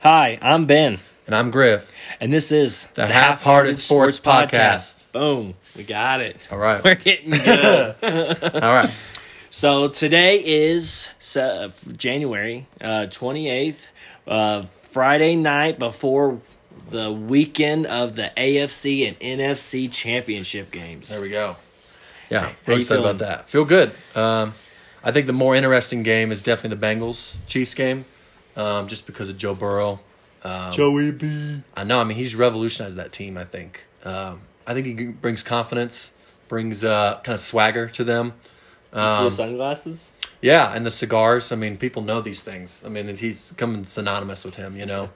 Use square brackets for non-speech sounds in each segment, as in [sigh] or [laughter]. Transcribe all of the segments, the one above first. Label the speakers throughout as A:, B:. A: Hi, I'm Ben,
B: And I'm Griff.
A: and this is
B: The Half-Hearted Sports Podcast.
A: Boom, we got it.
B: All right.
A: [laughs] We're getting good.
B: [laughs] All right.
A: so today is uh, January twenty eighth, uh, Friday night before the weekend of the AFC and NFC championship games.
B: There we go. Yeah,
A: you
B: real excited
A: feeling?
B: about that. Feel good. Um, I think the more interesting game is definitely the Bengals Chiefs game, um, just because of Joe Burrow.
A: Joey B.
B: I know. I mean, he's revolutionized that team. I think. Um, I think he brings confidence, brings uh, kind of swagger to them.
A: you
B: Um,
A: see his sunglasses?
B: Yeah, and the cigars. I mean, people know these things. I mean, he's coming synonymous with him, you know.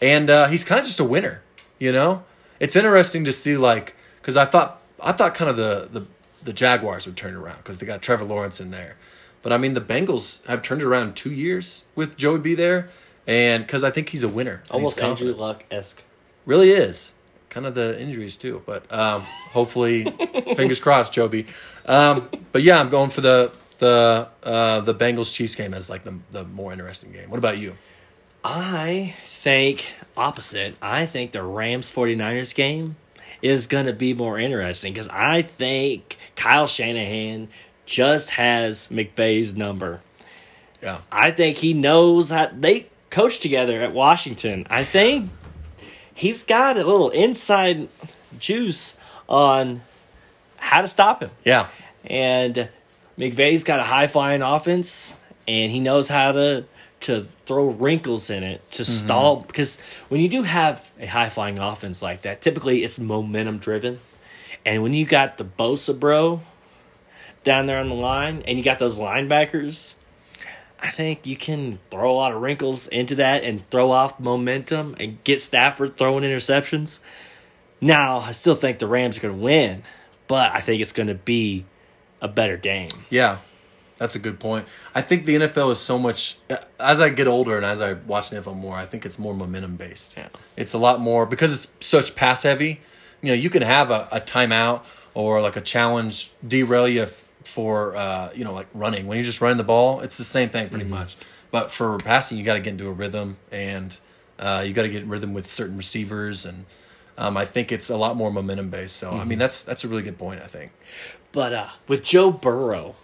B: and uh, he's kind of just a winner, you know. It's interesting to see, like, because I thought I thought kind of the the, the Jaguars would turn it around because they got Trevor Lawrence in there, but I mean the Bengals have turned it around in two years with Joey B there, and because I think he's a winner. and he's
A: Almost Andrew
B: confident.
A: Luck esque.
B: Really is. Kind of the injuries too, but um, hopefully, fingers crossed, Joby. Um, but yeah, I'm going for the the uh, the Bengals Chiefs game as like the the more interesting game. What about you?
A: I think opposite. I think the Rams 49ers game is going to be more interesting because I think Kyle Shanahan just has McVay's number.
B: Yeah,
A: I think he knows how they coach together at Washington. I think he's got a little inside juice on how to stop him.
B: yeah,
A: And McVay's got a high flying offense, and he knows how to to throw wrinkles in it to stall. Because when you do have a high flying offense like that, typically it's momentum driven. And when you got the Bosa bro down there on the line, and you got those linebackers, I think you can throw a lot of wrinkles into that and throw off momentum and get Stafford throwing interceptions. Now, I still think the Rams are going to win, but I think it's going to be a better game.
B: yeah. That's a good point. I think the NFL is so much. As I get older and as I watch the NFL more, I think it's more momentum based.
A: Yeah.
B: It's a lot more because it's such pass heavy. You know, you can have a, a timeout or like a challenge derail you f- for uh, you know like running when you're just running the ball. It's the same thing pretty much. But for passing, you got to get into a rhythm and uh, you got to get in rhythm with certain receivers and. Um, I think it's a lot more momentum based. So I mean, that's that's a really good point. I think.
A: But uh, with Joe Burrow,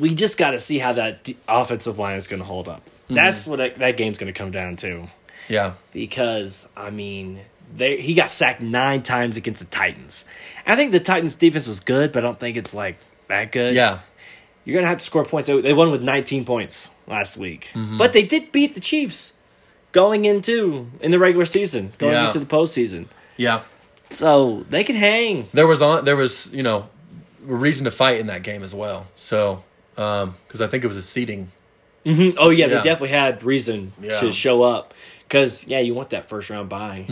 A: we just got to see how that d- offensive line is going to hold up.
B: Mm-hmm.
A: That's what that, that game's going to come down to.
B: Yeah.
A: Because, I mean, they, he got sacked nine times against the Titans. I think the Titans' defense was good, but I don't think it's like that good.
B: Yeah.
A: You're going to have to score points. They- They won with 19 points last week.
B: Mm-hmm.
A: But they did beat the Chiefs going into in the regular season, going
B: Yeah.
A: into the postseason.
B: Yeah.
A: So they can hang.
B: there was on there was you know a reason to fight in that game as well. So because I think it was a seating.
A: Oh yeah, they
B: Yeah.
A: definitely had reason
B: Yeah. Mm-hmm.
A: to show up because yeah, you want that first round bye.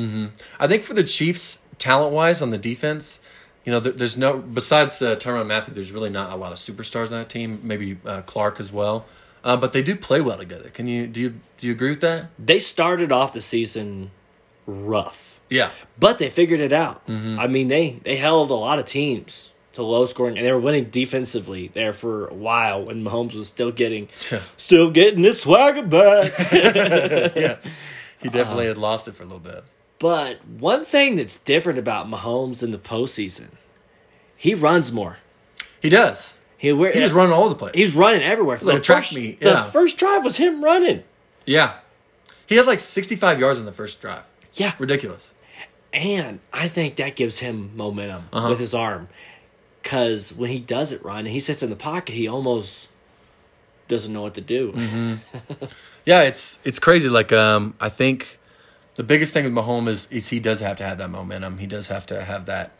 B: I think for the Chiefs, talent wise on the defense, you know, there, there's no besides uh, Tyron Matthew. There's really not a lot of superstars on that team. Maybe uh, Clark as well. Uh, but they do play well together. Can you do you do you agree with that?
A: They started off the season rough,
B: Yeah,
A: but they figured it out.
B: Mm-hmm.
A: I mean they they held a lot of teams to low scoring, and they were winning defensively there for a while when Mahomes was still getting still getting his swagger back. [laughs]
B: he definitely had lost it for a little bit.
A: but one thing that's different about Mahomes in the postseason, he runs more.
B: He does.
A: He, wear-
B: He was running all over the place.
A: He's running everywhere. For
B: Like
A: the
B: a track
A: first,
B: meet,
A: the
B: yeah.
A: first drive was him running.
B: yeah, he had like 65 yards on the first drive.
A: Yeah.
B: Ridiculous.
A: And I think that gives him momentum with his arm. Because when he does it, Ryan, and he sits in the pocket, he almost doesn't know what to do.
B: Yeah, it's it's crazy. Like um, I think the biggest thing with Mahomes is is he does have to have that momentum. He does have to have that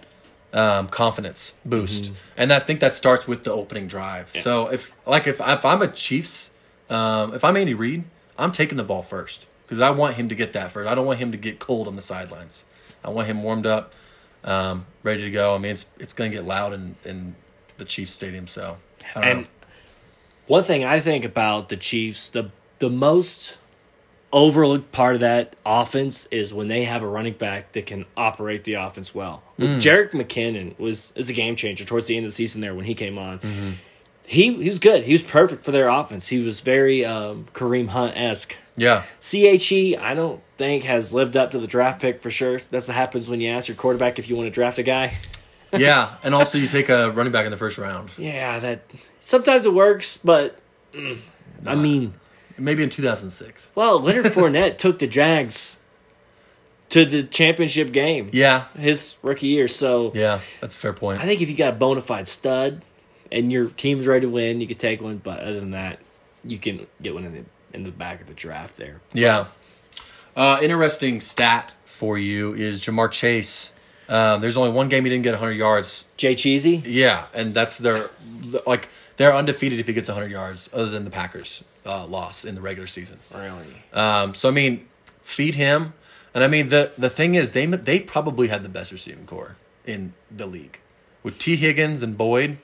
B: um, confidence boost, and I think that starts with the opening drive. So if like if if I'm a Chiefs, um, if I'm Andy Reid, I'm taking the ball first because I want him to get that first. I don't want him to get cold on the sidelines. I want him warmed up, um, ready to go. I mean, it's it's gonna get loud in in the Chiefs stadium. So I don't know.
A: And one thing I think about the Chiefs, the the most overlooked part of that offense is when they have a running back that can operate the offense well. Jarek McKinnon was is a game changer towards the end of the season there when he came on. He he was good. He was perfect for their offense. He was very um, Kareem Hunt esque.
B: Yeah.
A: CHE, E, I don't think has lived up to the draft pick for sure. That's what happens when you ask your quarterback if you want to draft a guy.
B: Yeah. And also, you take a running back in the first round.
A: Yeah, that sometimes it works, but mm, I mean,
B: Maybe in 2006.
A: well, [laughs] Leonard Fournette took the Jags to the championship game
B: Yeah.
A: his rookie year. So
B: Yeah. That's a fair point.
A: I think if you got a bona fide stud and your team's ready to win, you could take one. But other than that, you can get one in the in the back of the draft there.
B: Yeah. Uh, interesting stat for you is Jamar Chase. Um, there's only one game he didn't get 100 yards.
A: Jay Cheesy,
B: Yeah, and that's their like they're undefeated if he gets 100 yards, other than the Packers uh, loss in the regular season.
A: really?
B: Um, so I mean, feed him, and I mean the the thing is they they probably had the best receiving core in the league with T Higgins and Boyd.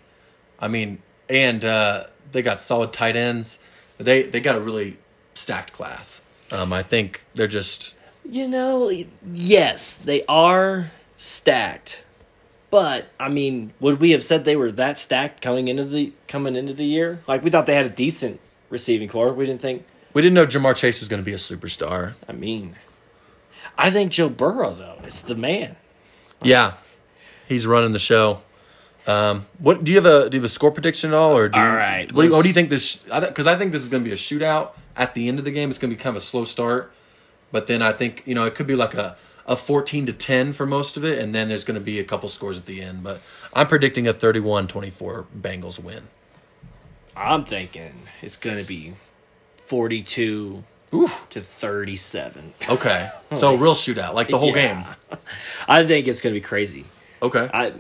B: I mean, and uh, they got solid tight ends. They they got a really stacked class. Um, I think they're just
A: You know, yes, they are stacked. But I mean, would we have said they were that stacked coming into the coming into the year? Like we thought they had a decent receiving core. We didn't think.
B: we didn't know Jamar Chase was going to be a superstar.
A: I mean, I think Joe Burrow though is the man.
B: Yeah, he's running the show. Um, what do you have a do you have a score prediction at all, or do you,
A: All right,
B: What do, you,
A: let's-
B: what do you think this? Because I, think this is going to be a shootout at the end of the game. It's going to be kind of a slow start, but then I think you know it could be like a a fourteen to ten for most of it, and then there's going to be a couple scores at the end. But I'm predicting a 31-24 Bengals win.
A: I'm thinking it's gonna be forty-two
B: Ooh,
A: to thirty-seven.
B: okay, so real shootout, like the whole
A: Yeah.
B: game.
A: I think it's gonna be crazy.
B: Okay,
A: I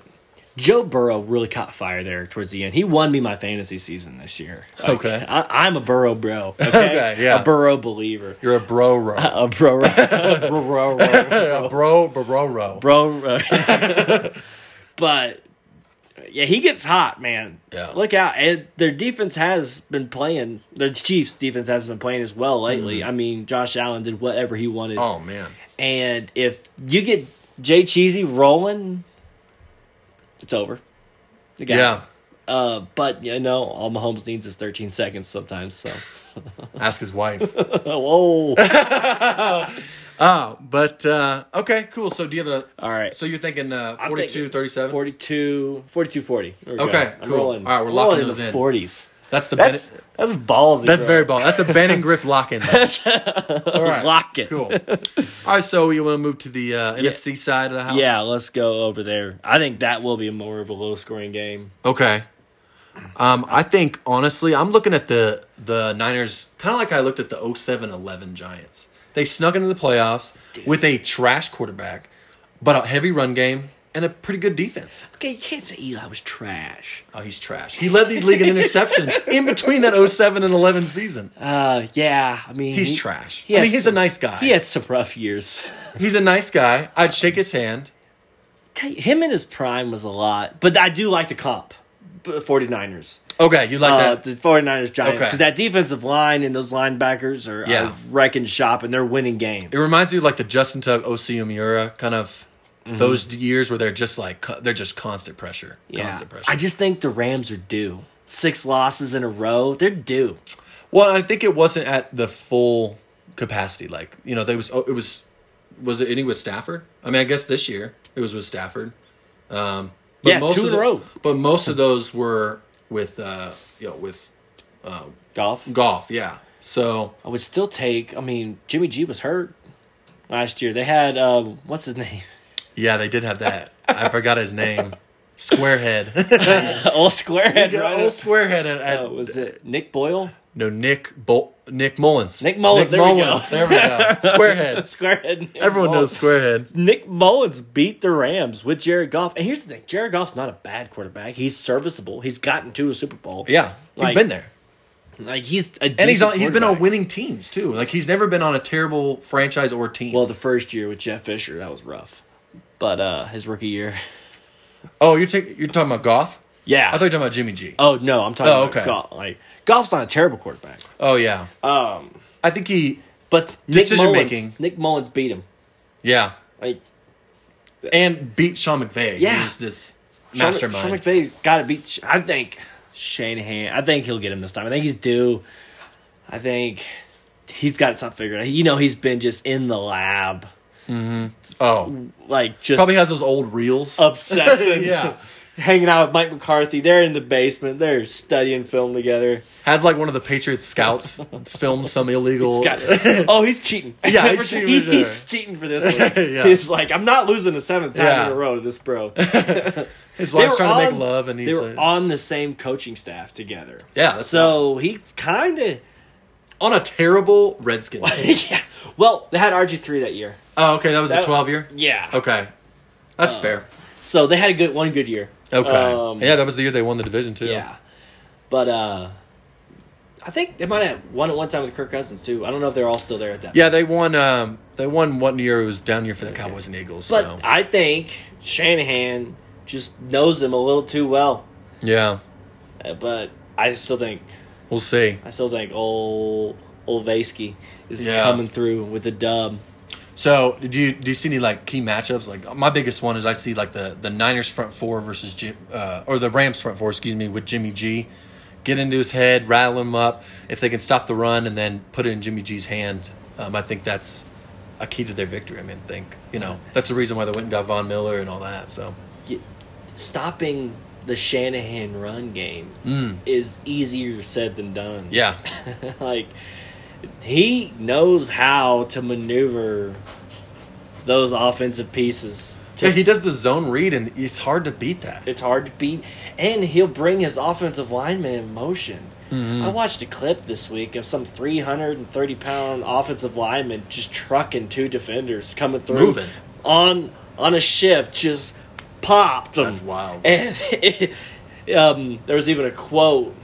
A: Joe Burrow really caught fire there towards the end. He won me my fantasy season this year. Like,
B: Okay.
A: I, I'm a Burrow bro.
B: [laughs]
A: Okay,
B: Okay, yeah.
A: a Burrow believer.
B: you're a
A: [laughs]
B: bro row,
A: A bro, a bro, bro,
B: a bro bro row.
A: bro, bro. but yeah, he gets hot, man.
B: Yeah.
A: look out! And their defense has been playing. Their Chiefs' defense has been playing as well lately. I mean, Josh Allen did whatever he wanted.
B: Mm-hmm. Oh man,
A: And if you get Jay Cheesy rolling, it's over. The guy.
B: yeah.
A: Uh, but you know, all Mahomes needs is 13 seconds sometimes.
B: [laughs]
A: So,
B: Ask his wife.
A: whoa.
B: Oh, but uh, okay, cool. So do you have a?
A: All right.
B: So you're thinking uh,
A: I'm
B: 42,
A: thinking
B: 37?
A: 42, 42, 40. There we go.
B: Okay,
A: I'm
B: cool.
A: rolling.
B: All right, we're
A: I'm
B: locking
A: rolling
B: those
A: in the
B: in.
A: 40s.
B: That's the
A: That's
B: Ben,
A: that's ballsy.
B: that's
A: bro.
B: very ball. That's a Ben and Griff lock in.
A: [laughs]
B: All right,
A: lock it.
B: Cool. All right, so you want to move to the uh, NFC side of the house?
A: Yeah, let's go over there. I think that will be more of a low scoring game.
B: Okay. Um, I think honestly, I'm looking at the the Niners kind of like I looked at the 07-11 Giants. They snuck into the playoffs with a trash quarterback, but a heavy run game and a pretty good defense.
A: Okay, you can't say Eli was trash.
B: Oh, he's trash. He led the league in [laughs] interceptions in between that 07 and 11 season.
A: Uh, yeah, I mean
B: He's
A: he-
B: trash.
A: he
B: I
A: has
B: mean, he's
A: some-
B: a nice guy.
A: He had some rough years.
B: He's a nice guy. I'd shake his hand.
A: Tell you, him in his prime was a lot, but I do like the comp. b- 49ers.
B: Okay, you like
A: Uh,
B: that?
A: the 49ers Giants.
B: Okay.
A: Because that defensive line and those linebackers are,
B: Yeah.
A: are wrecking shop and they're winning games.
B: It reminds you of like the Justin Tug, OC Umura kind of
A: Mm-hmm.
B: those years where they're just like co- they're just constant pressure.
A: yeah.
B: Constant pressure.
A: I just think the Rams are due. Six losses in a row. They're due.
B: well, I think it wasn't at the full capacity. Like you know, they was oh, it was was it any with Stafford? I mean, I guess this year it was with Stafford. Um, but
A: Yeah, two
B: of
A: in a
B: the-
A: row.
B: But most of those were with uh, you know with
A: Golf.
B: golf. Yeah. So
A: I would still take, I mean, Jimmy G was hurt last year. They had, um, what's his name? [laughs]
B: Yeah, they did have that. I forgot his name. Squarehead. Oh.
A: old Squarehead,
B: [laughs] Yeah,
A: right?
B: old Squarehead. At, at-
A: Uh, was it Nick Boyle? [laughs]
B: no, Nick Bol- Nick Mullins.
A: Nick Mullins, there we go.
B: there we
A: [laughs]
B: go. Squarehead.
A: Squarehead. Nick
B: Everyone
A: Boyle.
B: knows Squarehead.
A: Nick Mullins beat the Rams with Jared Goff. And here's the thing Jared Goff's not a bad quarterback. He's serviceable. He's gotten to a Super Bowl.
B: Yeah, he's
A: Like-
B: been there,
A: Like he's a
B: and he's on, he's been on winning teams too. Like he's never been on a terrible franchise or team.
A: Well, the first year with Jeff Fisher, that was rough. But uh his rookie year. [laughs]
B: oh, you're taking you're talking about Goff?
A: Yeah.
B: I thought you were talking about Jimmy G. Oh,
A: oh no, I'm talking
B: Oh,
A: about
B: okay.
A: Goff. Like Goff's not a terrible quarterback.
B: Oh, yeah.
A: Um
B: I think he.
A: but Nick
B: Decision
A: Mullins,
B: making.
A: Nick Mullins beat him.
B: Yeah,
A: Like
B: and beat Sean McVay.
A: Yeah.
B: who's this
A: Sean-
B: mastermind.
A: Sean McVay's got to beat. I think Shanahan. I think he'll get him this time. I think he's due. I think he's got something figured out. You know, he's been just in the lab,
B: Oh,
A: like just [laughs]
B: probably has those old
A: Oh,
B: reels.
A: obsessing.
B: yeah,
A: [laughs] Hanging out with Mike McCarthy. They're in the basement. They're studying film together.
B: has like one of the Patriots scouts film some illegal.
A: He's got- [laughs] oh, he's cheating. [laughs]
B: Yeah, he's cheating
A: He-
B: for
A: he's
B: sure.
A: cheating for [laughs] this one.
B: Yeah.
A: He's like, I'm not losing the seventh time
B: Yeah.
A: in a row to this bro.
B: His
A: They
B: wife's
A: were
B: trying to
A: on-
B: make love, and he's
A: they were
B: like, on,
A: on the same coaching staff together.
B: Yeah, that's
A: so he's kind
B: [laughs]
A: of
B: a terrible
A: [laughs]
B: Redskins. team.
A: yeah. Well, they had RG three that year.
B: oh, okay, that was
A: That-
B: a twelve year.
A: Yeah.
B: Okay, that's fair.
A: So they had a good one good year.
B: Okay,
A: um,
B: yeah, that was the year they won the division too.
A: Yeah. But uh I think they might have won at one time with Kirk Cousins too. I don't know if they're all still there at that.
B: Yeah, they won. Um, they won one year. It was down year for the Cowboys and Eagles.
A: But
B: so
A: I think Shanahan just knows them a little too well.
B: yeah,
A: Uh, But I still think
B: we'll see.
A: I still think old old Vasky is
B: Yeah.
A: coming through with a dub.
B: So do you do you see any like key matchups? Like my biggest one is I see like the the Niners front four versus Jim uh, or the Rams front four, excuse me, with Jimmy G. Get into his head, rattle him up. If they can stop the run and then put it in Jimmy G's hand, um, I think that's a key to their victory. I mean, think you know that's the reason why they went and got Von Miller and all that. So
A: Y- Stopping the Shanahan run game is easier said than done.
B: Mm. yeah,
A: [laughs] like he knows how to maneuver those offensive pieces.
B: yeah, he does the zone read and it's hard to beat that.
A: It's hard to beat, and he'll bring his offensive lineman in motion.
B: Mm-hmm.
A: I watched a clip this week of some 330 pound offensive lineman just trucking two defenders coming through
B: Moving.
A: on on a shift, just popped them.
B: That's wild.
A: And [laughs] um, there was even a quote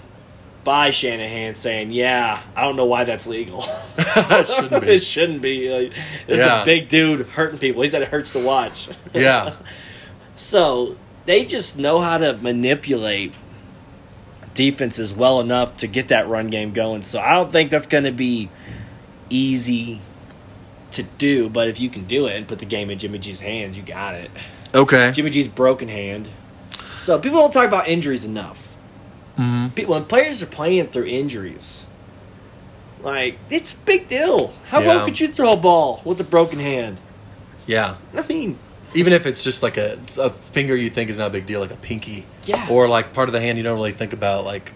A: by Shanahan saying, "Yeah, I don't know why that's legal." [laughs]
B: Shouldn't be.
A: it shouldn't be. Like, this is
B: Yeah.
A: a big dude hurting people. He said it hurts to watch. [laughs]
B: Yeah,
A: so they just know how to manipulate defenses well enough to get that run game going. So I don't think that's going to be easy to do. But if you can do it and put the game in Jimmy G's hands, you got it.
B: okay,
A: Jimmy G's broken hand. So people don't talk about injuries enough.
B: Mm-hmm.
A: Pe- When players are playing through injuries, like it's a big deal. How
B: Yeah.
A: well could you throw a ball with a broken hand?
B: yeah.
A: I mean,
B: even if it's just like a, a finger you think is not a big deal, like a pinky,
A: Yeah.
B: or like part of the hand you don't really think about, like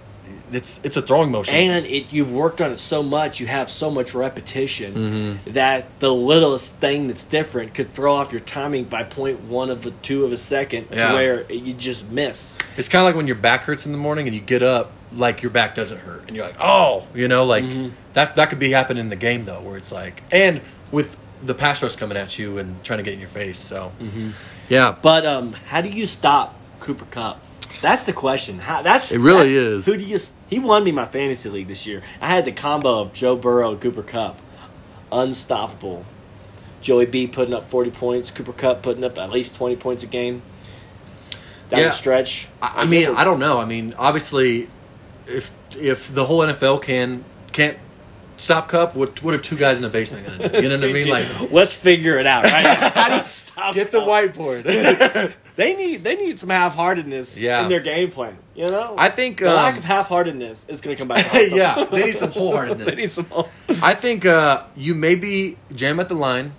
B: it's it's a throwing motion.
A: and it you've worked on it so much, you have so much repetition
B: Mm-hmm.
A: that the littlest thing that's different could throw off your timing by point one of a two of a second,
B: Yeah.
A: to where you just miss.
B: it's kind of like when your back hurts in the morning and you get up, like your back doesn't hurt, and you're like, oh, you know, like that that could be happening in the game though, where it's like, and with the pass rush coming at you and trying to get in your face, so yeah,
A: But um, how do you stop Cooper Cup? That's the question. How, that's
B: It really
A: that's-
B: is.
A: Who do you? s- He won me my fantasy league this year. I had the combo of Joe Burrow and Cooper Cup, unstoppable. Joey B putting up forty points. Cooper Cup putting up at least twenty points a game. Down
B: Yeah.
A: the stretch.
B: I, I mean, I don't know. I mean, obviously, if if the whole NFL can can't stop Cup, what what are two guys in the basement gonna do?
A: [laughs]
B: You know what I mean? Like.
A: let's figure it out.
B: [laughs]
A: Right? how do you stop?
B: Get the
A: Cup?
B: whiteboard.
A: They need they need some half heartedness
B: Yeah.
A: in their game plan. You know,
B: [laughs] I think,
A: the lack
B: um,
A: of half heartedness is going to come
B: [laughs]
A: back. to haunt them.
B: yeah, they need
A: [laughs]
B: some
A: they need
B: wholeheartedness.
A: some.
B: I think uh, you maybe jam at the line,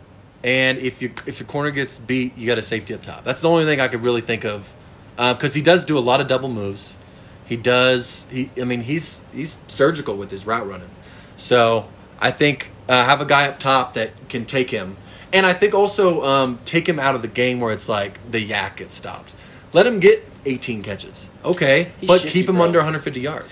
B: and if you if your corner gets beat, you got a safety up top. That's the only thing I could really think of, because he does do a lot of double moves. He does. He, I mean, he's he's surgical with his route running. So I think uh, have a guy up top that can take him, and I think also um, take him out of the game where it's like the yak gets stopped. Let him get 18 catches, okay,
A: He's
B: but
A: shifty,
B: keep him
A: bro.
B: under 150 yards.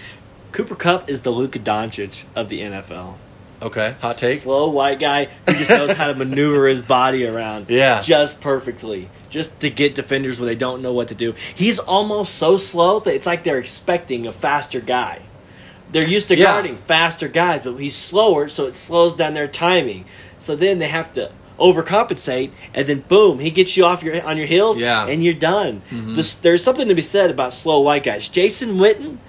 A: Cooper Cup is the Luka Doncic of the NFL.
B: Okay, hot take.
A: Slow white guy who just knows how to
B: [laughs]
A: maneuver his body around.
B: Yeah.
A: Just perfectly. Just to get defenders where they don't know what to do. He's almost so slow that it's like they're expecting a faster guy. They're used to
B: Yeah.
A: guarding faster guys, but he's slower, so it slows down their timing. So then they have to overcompensate, and then boom, he gets you off your on your heels,
B: Yeah. Mm-hmm.
A: and you're done. This, there's something to be said about slow white guys. Jason Witten,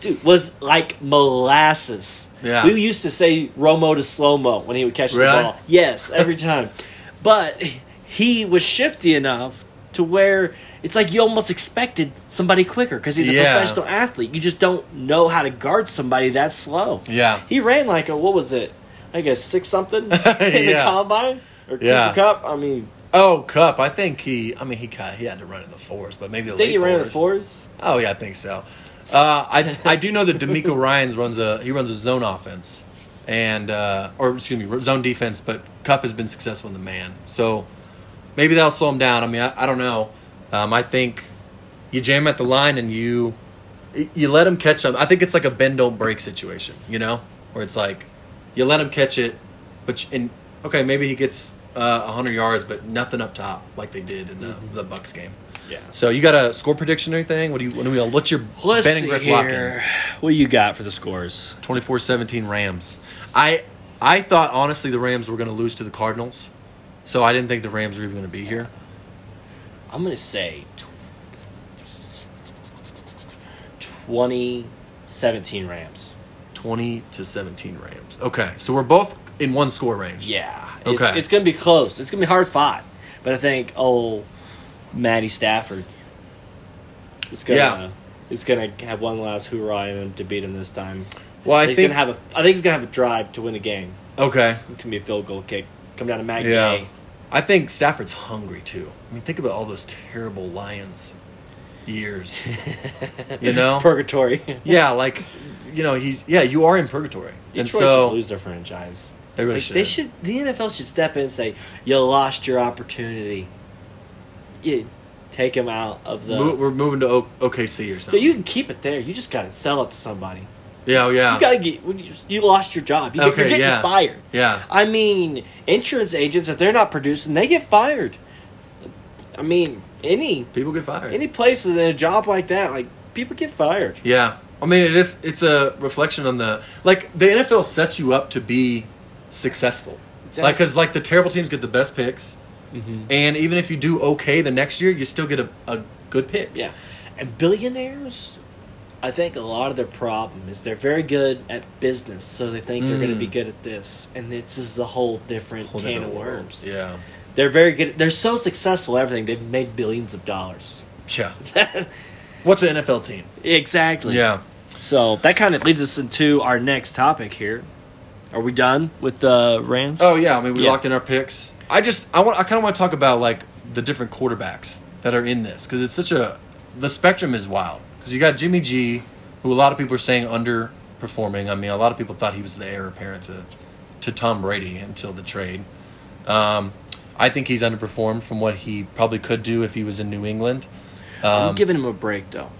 A: dude, was like molasses.
B: Yeah.
A: We used to say Romo to slow mo when he would catch [laughs]
B: Really?
A: the ball. Yes, every time. but he was shifty enough to where it's like you almost expected somebody quicker because he's a
B: Yeah.
A: professional athlete. You just don't know how to guard somebody that slow.
B: Yeah.
A: he ran like a what was it? Like a six
B: [laughs]
A: something in the
B: Yeah.
A: combine or
B: Yeah.
A: yeah. cup. I mean,
B: Oh, Cup. I think he. I mean, he kind he had to run in the fours, but maybe the
A: I think
B: late
A: he ran in the
B: fours.
A: fours.
B: Oh yeah, I think so. Uh, I I do know that D'Amico Ryan's runs a he runs a zone offense, and uh, or excuse me zone defense. But Cup has been successful in the man, so maybe that'll slow him down. I mean, I, I don't know. Um, I think you jam at the line and you you let him catch them. I think it's like a bend don't break situation, you know, where it's like you let him catch it, but you, and okay maybe he gets uh, hundred yards, but nothing up top like they did in the the Bucks game.
A: Yeah.
B: So you got a score prediction or anything? What do you? What do we? What's your
A: Let's
B: betting
A: see
B: Griff
A: here. What do you got for the scores?
B: 24-17 Rams. I I thought honestly the Rams were going to lose to the Cardinals, so I didn't think the Rams were even going to be here.
A: I'm gonna say tw- 20, 17 Rams.
B: Twenty to seventeen Rams. Okay, so we're both in one score range.
A: Yeah. It's,
B: Okay.
A: it's gonna be close. It's gonna be hard fought. But I think oh, Matty Stafford. It's gonna.
B: Yeah.
A: It's gonna have one last hoorah in him to beat him this time.
B: Well, I
A: he's
B: think.
A: gonna have a. I think he's gonna have a drive to win the game.
B: okay.
A: It can be a field goal kick. Come down to Matt
B: Yeah.
A: Gay.
B: I think Stafford's hungry too. I mean, think about all those terrible Lions
A: [laughs]
B: years. you know.
A: Purgatory. [laughs]
B: yeah, like you know he's yeah you are in purgatory, and
A: Detroit
B: so
A: should lose their franchise.
B: they really
A: Like, they should. The NFL should step in and say, "You lost your opportunity. You take him out of the.
B: Mo- we're moving to o- OKC or
A: No,
B: something.
A: you can keep it there. You just got to sell it to somebody.
B: yeah, oh, yeah,
A: You got to get. You you lost your job. You,
B: Okay,
A: you're getting
B: yeah.
A: fired.
B: yeah.
A: I mean, insurance agents if they're not producing, they get fired. I mean, any
B: People get fired.
A: any places in a job like that, like people get fired.
B: yeah, I mean it is. It's a reflection on the like the NFL sets you up to be successful.
A: Exactly.
B: Like because like the terrible teams get the best picks, and even if you do okay the next year, you still get a, a good pick.
A: Yeah. And billionaires, I think a lot of their problem is they're very good at business, so they think they're going to be good at this. And this is a whole different
B: Mm. Whole
A: can
B: different
A: of
B: world.
A: worms. [laughs]
B: Yeah,
A: They're very good. They're so successful at everything. They've made billions of dollars.
B: yeah. What's an NFL team?
A: Exactly.
B: Yeah.
A: So that kind of leads us into our next topic here. Are we done with the Rams?
B: Oh yeah, I mean we
A: Yeah.
B: locked in our picks. I just I want I kind of want to talk about like the different quarterbacks that are in this because it's such a the spectrum is wild because you got Jimmy G, who a lot of people are saying underperforming. I mean, a lot of people thought he was the heir apparent to to Tom Brady until the trade. Um, I think he's underperformed from what he probably could do if he was in New England.
A: I'm giving him a break though.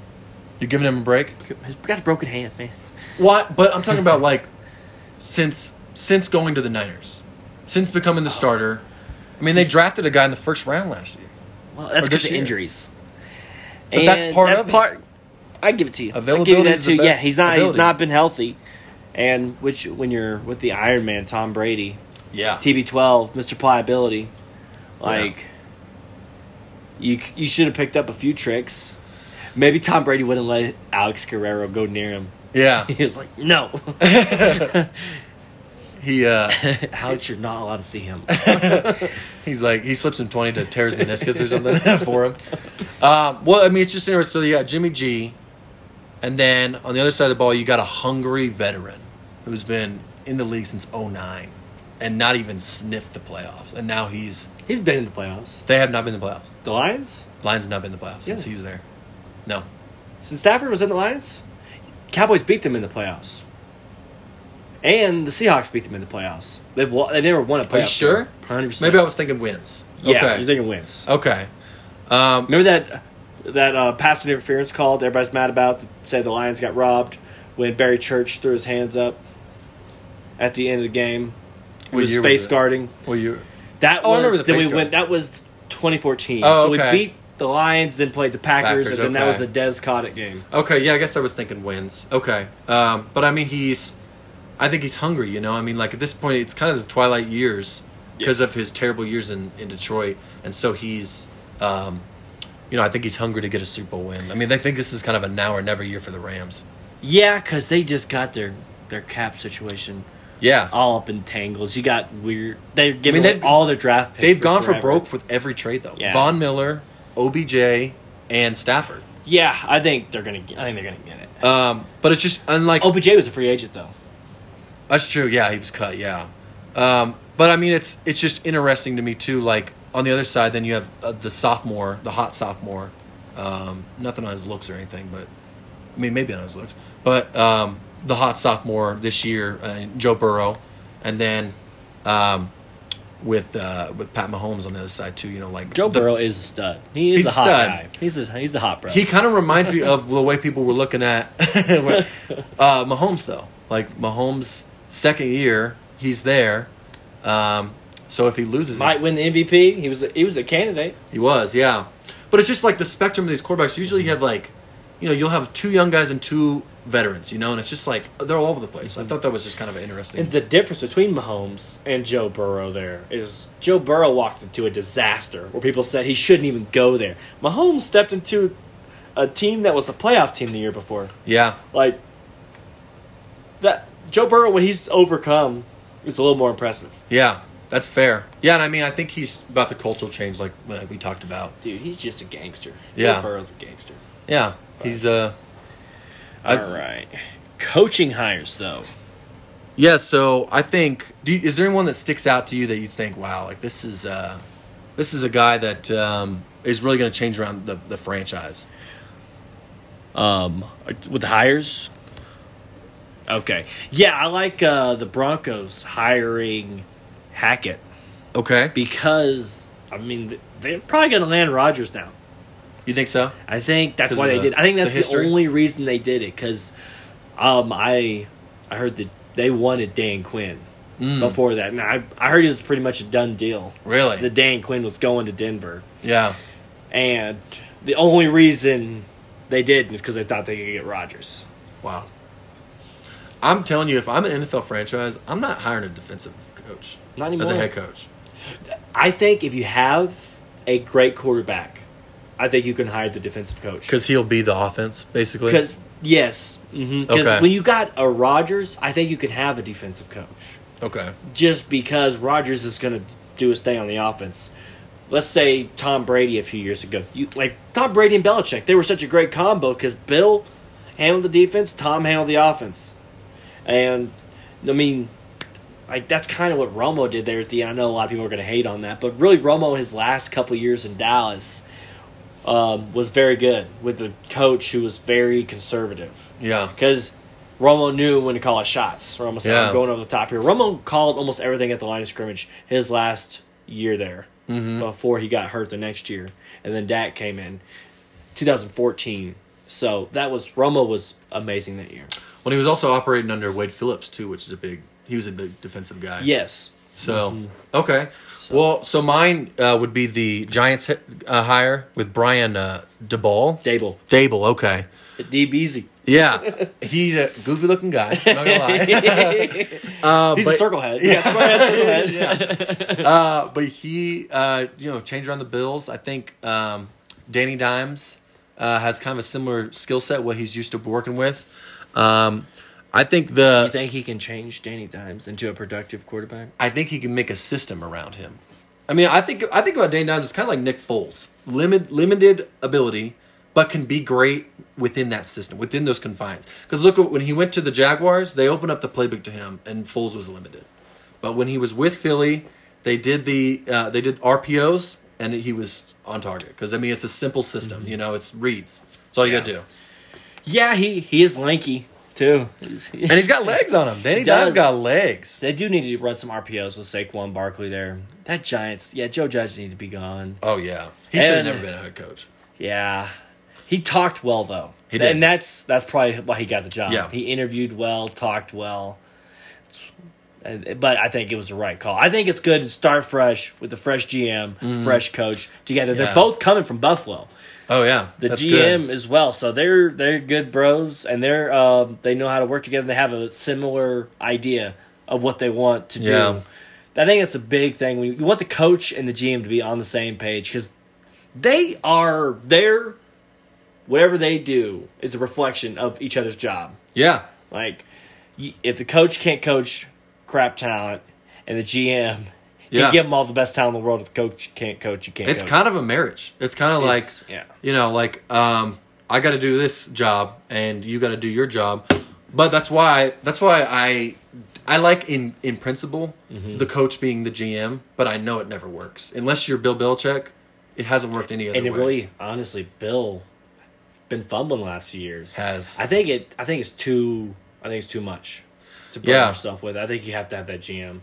B: You're giving him a break.
A: He's got a broken hand, man.
B: What? But I'm talking about like since since going to the Niners, since becoming the starter. I mean, they drafted a guy in the first round last year.
A: Well, that's
B: Or this
A: because of
B: year.
A: injuries.
B: But that's part of it.
A: I give it to you. I give you
B: Availability
A: that
B: is the
A: too. Yeah,
B: best
A: he's not. He's
B: ability.
A: not been healthy, and which when you're with the Iron Man, Tom Brady,
B: Yeah.
A: TB12, Mr. Pliability, like you c- you should have picked up a few tricks. Maybe Tom Brady wouldn't let Alex Guerrero go near him. [laughs]
B: Yeah.
A: He was like,
B: [laughs]
A: "No,
B: He uh,
A: Alex, you're not allowed to see him."
B: he's like he slips him twenty to tears meniscus or something [laughs] for him. Uh, well, I mean, it's just interesting. So you got Jimmy G, and then on the other side of the ball, you got a hungry veteran who's been in the league since 09 and not even sniffed the playoffs, and now he's
A: He's been in the playoffs.
B: they have not been in the playoffs.
A: The Lions
B: Lions have not been in the playoffs since
A: Yeah.
B: he was there. No.
A: since Stafford was in the Lions, Cowboys beat them in the playoffs, and the Seahawks beat them in the playoffs. They've wa- they've never won a playoff.
B: Are you sure?
A: Hundred percent.
B: Maybe I was thinking wins.
A: yeah,
B: Okay.
A: you're thinking wins.
B: okay. Um,
A: Remember that that uh, pass interference call that everybody's mad about that said the Lions got robbed when Barry Church threw his hands up at the end of the game. He
B: What
A: was
B: year was
A: face
B: it?
A: guarding.
B: well, you.
A: That
B: Oh, I
A: was
B: remember the
A: then we
B: face
A: went.
B: guard.
A: That was 2014.
B: Oh,
A: So
B: okay.
A: we beat the Lions, then played the Packers, and
B: Packers,
A: then that was
B: okay.
A: the Des Coddett game.
B: Okay, yeah, I guess I was thinking wins. Okay, um, but I mean, he's. I think he's hungry. You know, I mean, like at this point, it's kind of the twilight years because of his terrible years in in Detroit, and so he's. Um, you know, I think he's hungry to get a Super Bowl win. I mean, they think this is kind of a now or never year for the Rams.
A: Yeah, because they just got their their cap situation
B: Yeah,
A: all up in tangles. You got weird. They're giving
B: I mean,
A: away
B: they've-
A: all their draft picks.
B: they've
A: for
B: gone
A: forever.
B: for broke with every trade though.
A: Yeah.
B: Von Miller, OBJ and Stafford.
A: Yeah, I think they're gonna. Get, I think they're gonna get it.
B: Um, but it's just unlike
A: OBJ was a free agent though.
B: That's true. Yeah, he was cut. Yeah, um, but I mean, it's it's just interesting to me too. Like on the other side, then you have uh, the sophomore, the hot sophomore. Um, nothing on his looks or anything, but I mean, maybe on his looks. But um, the hot sophomore this year, uh, Joe Burrow, and then um, with uh, with Pat Mahomes on the other side too. You know, like
A: Joe
B: the-
A: Burrow is a stud. He is
B: He's
A: a hot
B: stud.
A: guy. He's a he's a hot bro.
B: He kind of reminds me of the way people were looking at [laughs] uh, Mahomes, though. Like Mahomes' second year, he's there. Um, so if he loses,
A: might
B: it's-
A: win the MVP. He was a, he was a candidate.
B: He was, yeah. But it's just like the spectrum of these quarterbacks. Usually, you have like, you know, you'll have two young guys and two veterans, you know, and it's just like they're all over the place. I thought that was just kind of interesting.
A: And the difference between Mahomes and Joe Burrow there is Joe Burrow walked into a disaster where people said he shouldn't even go there. Mahomes stepped into a team that was a playoff team the year before.
B: yeah,
A: Like that Joe Burrow when he's overcome is a little more impressive.
B: yeah, that's fair. Yeah, and I mean, I think he's about the cultural change, like, like we talked about.
A: Dude, he's just a gangster.
B: Yeah.
A: Joe Burrow's a gangster.
B: Yeah, he's uh. I-
A: All right. Coaching hires though.
B: Yeah, so I think do you, is there anyone that sticks out to you that you think, wow, like this is uh this is a guy that um is really going to change around the the franchise.
A: Um, with the hires. Okay. Yeah, I like uh, the Broncos hiring Hackett
B: Okay.
A: because I mean th- they're probably going to land Rodgers now.
B: You think so?
A: I think that's
B: 'Cause
A: why
B: of
A: they did.
B: the-
A: I think
B: the
A: that's the,
B: history?
A: only reason they did it because um, I I heard that they wanted Dan Quinn
B: Mm.
A: before that, and I I heard it was pretty much a done deal.
B: Really?
A: That Dan Quinn was going to Denver,
B: yeah.
A: and the only reason they did was because they thought they could get Rodgers.
B: Wow. I'm telling you, if I'm an NFL franchise, I'm not hiring a defensive coach
A: Not
B: as
A: anymore.
B: a head coach.
A: I think if you have a great quarterback, I think you can hire the defensive coach.
B: Because he'll be the offense, basically.
A: Because yes, because
B: Okay.
A: when you got a Rodgers, I think you can have a defensive coach.
B: Okay.
A: Just because Rodgers is going to do his thing on the offense. Let's say Tom Brady a few years ago, you like Tom Brady and Belichick. They were such a great combo because Bill handled the defense, Tom handled the offense, and I mean like that's kind of what Romo did there at the end. I know a lot of people are going to hate on that, but really Romo his last couple years in Dallas um, was very good with a coach who was very conservative
B: Yeah.
A: because Romo knew when to call his shots. Romo said,
B: Yeah.
A: "I'm going over the top here." Romo called almost everything at the line of scrimmage his last year there before he got hurt the next year, and then Dak came in 2014. So that was Romo was amazing that year.
B: Well, he was also operating under Wade Phillips too, which is a big. He was a big defensive guy.
A: Yes,
B: So
A: Mm-hmm.
B: okay, well, so mine uh, would be the Giants hi- uh, hire with Brian uh, DeBall.
A: Dable,
B: Dable, okay,
A: [laughs] DBZ.
B: yeah, he's a goofy looking guy.
A: [laughs]
B: Not gonna lie, uh,
A: He's
B: but,
A: a circle head. Yeah, square head, circle head.
B: [laughs] yeah. Uh, but he, uh, you know, changed around the Bills. I think um, Danny Dimes uh, has kind of a similar skill set, what he's used to working with. Um, I think the
A: [laughs] You think he can change Danny Dimes into a productive quarterback?
B: I think he can make a system around him. I mean, I think I think about Dane Dimes is kind of like Nick Foles, limited limited ability, but can be great within that system, within those confines. Because look, when he went to the Jaguars, they opened up the playbook to him, and Foles was limited. But when he was with Philly, they did the uh, they did RPOs, and he was on target. Because I mean, it's a simple system,
A: Mm-hmm.
B: you know, it's reads. That's all you gotta do,
A: Yeah, he he is lanky too. He's- he-
B: and he's got legs on him. Danny
A: He does.
B: Dimes got legs.
A: they do need to run some RPOs with Saquon Barkley there. That Giants, yeah, Joe Judge need to be gone.
B: Oh yeah, he should have
A: And-
B: never been a head coach.
A: Yeah, he talked well though.
B: He did.
A: and that's that's probably why he got the job.
B: Yeah.
A: he interviewed well, talked well. And- But I think it was the right call. I think it's good to start fresh with a fresh GM, fresh coach together.
B: Mm-hmm. Yeah.
A: They're both coming from Buffalo.
B: Oh yeah,
A: the
B: That's good.
A: GM as well. So they're they're good bros, and they're um, they know how to work together. They have a similar idea of what they want to
B: Yeah.
A: do. I think that's a big thing. When you, you want the coach and the GM to be on the same page because they are their whatever they do is a reflection of each other's job.
B: Yeah,
A: Like, y- if the coach can't coach crap talent, and the GM You
B: Yeah.
A: give them all the best talent in the world. If the coach can't coach, you can't.
B: It's
A: coach.
B: kind of a marriage. It's kind of like
A: It's- yeah.
B: you know, like um, I got to do this job and you got to do your job. But that's why that's why I I like in in principle
A: Mm-hmm.
B: the coach being the GM, but I know it never works unless you're Bill Belichick. It hasn't worked any other
A: and it
B: way.
A: really, honestly, Bill been fumbling the last few years.
B: Has.
A: I think it. I think it's too. I think it's too much to burden
B: Yeah.
A: yourself with. I think you have to have that GM.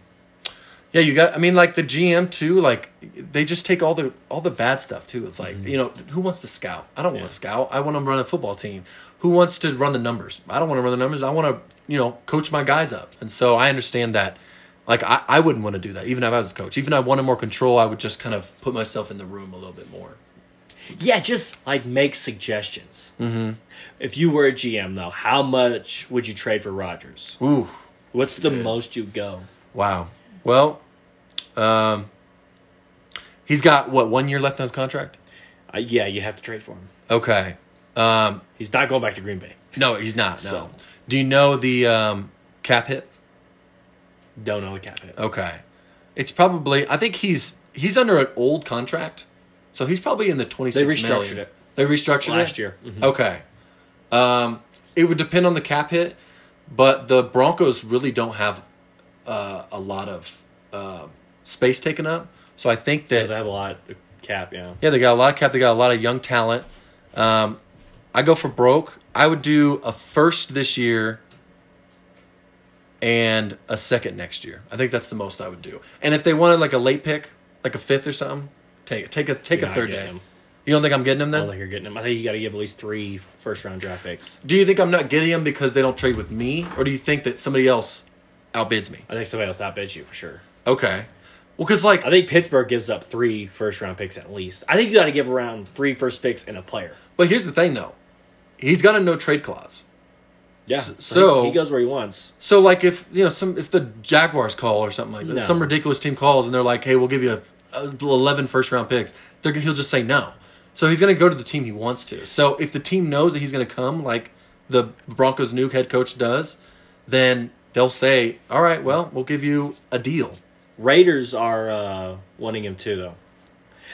B: Yeah, you got. I mean, like the GM too. Like they just take all the all the bad stuff too. It's like you know who wants to scout? I don't want to scout. I want to run a football team. Who wants to run the numbers? I don't want to run the numbers. I want to you know coach my guys up. And so I understand that. Like I, I wouldn't want to do that. Even if I was a coach, even if I wanted more control, I would just kind of put myself in the room a little bit more.
A: Yeah, just like make suggestions. Mm-hmm. If you were a GM though, how much would you trade for Rodgers?
B: Ooh,
A: What's the most you go?
B: wow. Well, um, he's got what one year left on his contract.
A: Uh, yeah, you have to trade for him.
B: Okay. Um,
A: He's not going back to Green Bay.
B: No, he's not. No.
A: So-
B: Do you know the um, cap hit?
A: Don't know the cap hit.
B: Okay, it's probably. I think he's he's under an old contract, so he's probably in the twenty six.
A: restructured it.
B: They restructured
A: Last
B: it?
A: year. Mhm.
B: Okay, um, it would depend on the cap hit, but the Broncos really don't have uh, a lot of um space taken up. So I think that
A: They have a lot of cap. Yeah.
B: yeah, they got a lot of cap. They got a lot of young talent. Um, I go for broke. I would do a first this year and a second next year. I think that's the most I would do. And if they wanted like a late pick, like a fifth or something, take it. Take a take
A: You're
B: a
A: not
B: third day.
A: getting him.
B: You don't think I'm getting them
A: I don't
B: then?
A: think you're getting him. I think you got to give at least three first round draft picks.
B: Do you think I'm not getting them because they don't trade with me, or do you think that somebody else outbids me?
A: I think somebody else outbids you for sure.
B: Okay. Well, because like
A: I think Pittsburgh gives up three first round picks at least. I think you got to give around three first picks and a player.
B: But here's the thing, though. He's got a no trade clause.
A: Yeah.
B: S- so-
A: he, he goes where he wants.
B: So, like, if you know, some if the Jaguars call or something like that,
A: No.
B: some ridiculous team calls and they're like, "Hey, we'll give you a, a 11 first round picks," they're, he'll just say no. So he's going to go to the team he wants to. So if the team knows that he's going to come, like the Broncos' new head coach does, then they'll say, "All right, well, we'll give you a deal."
A: Raiders are uh, wanting him too, though.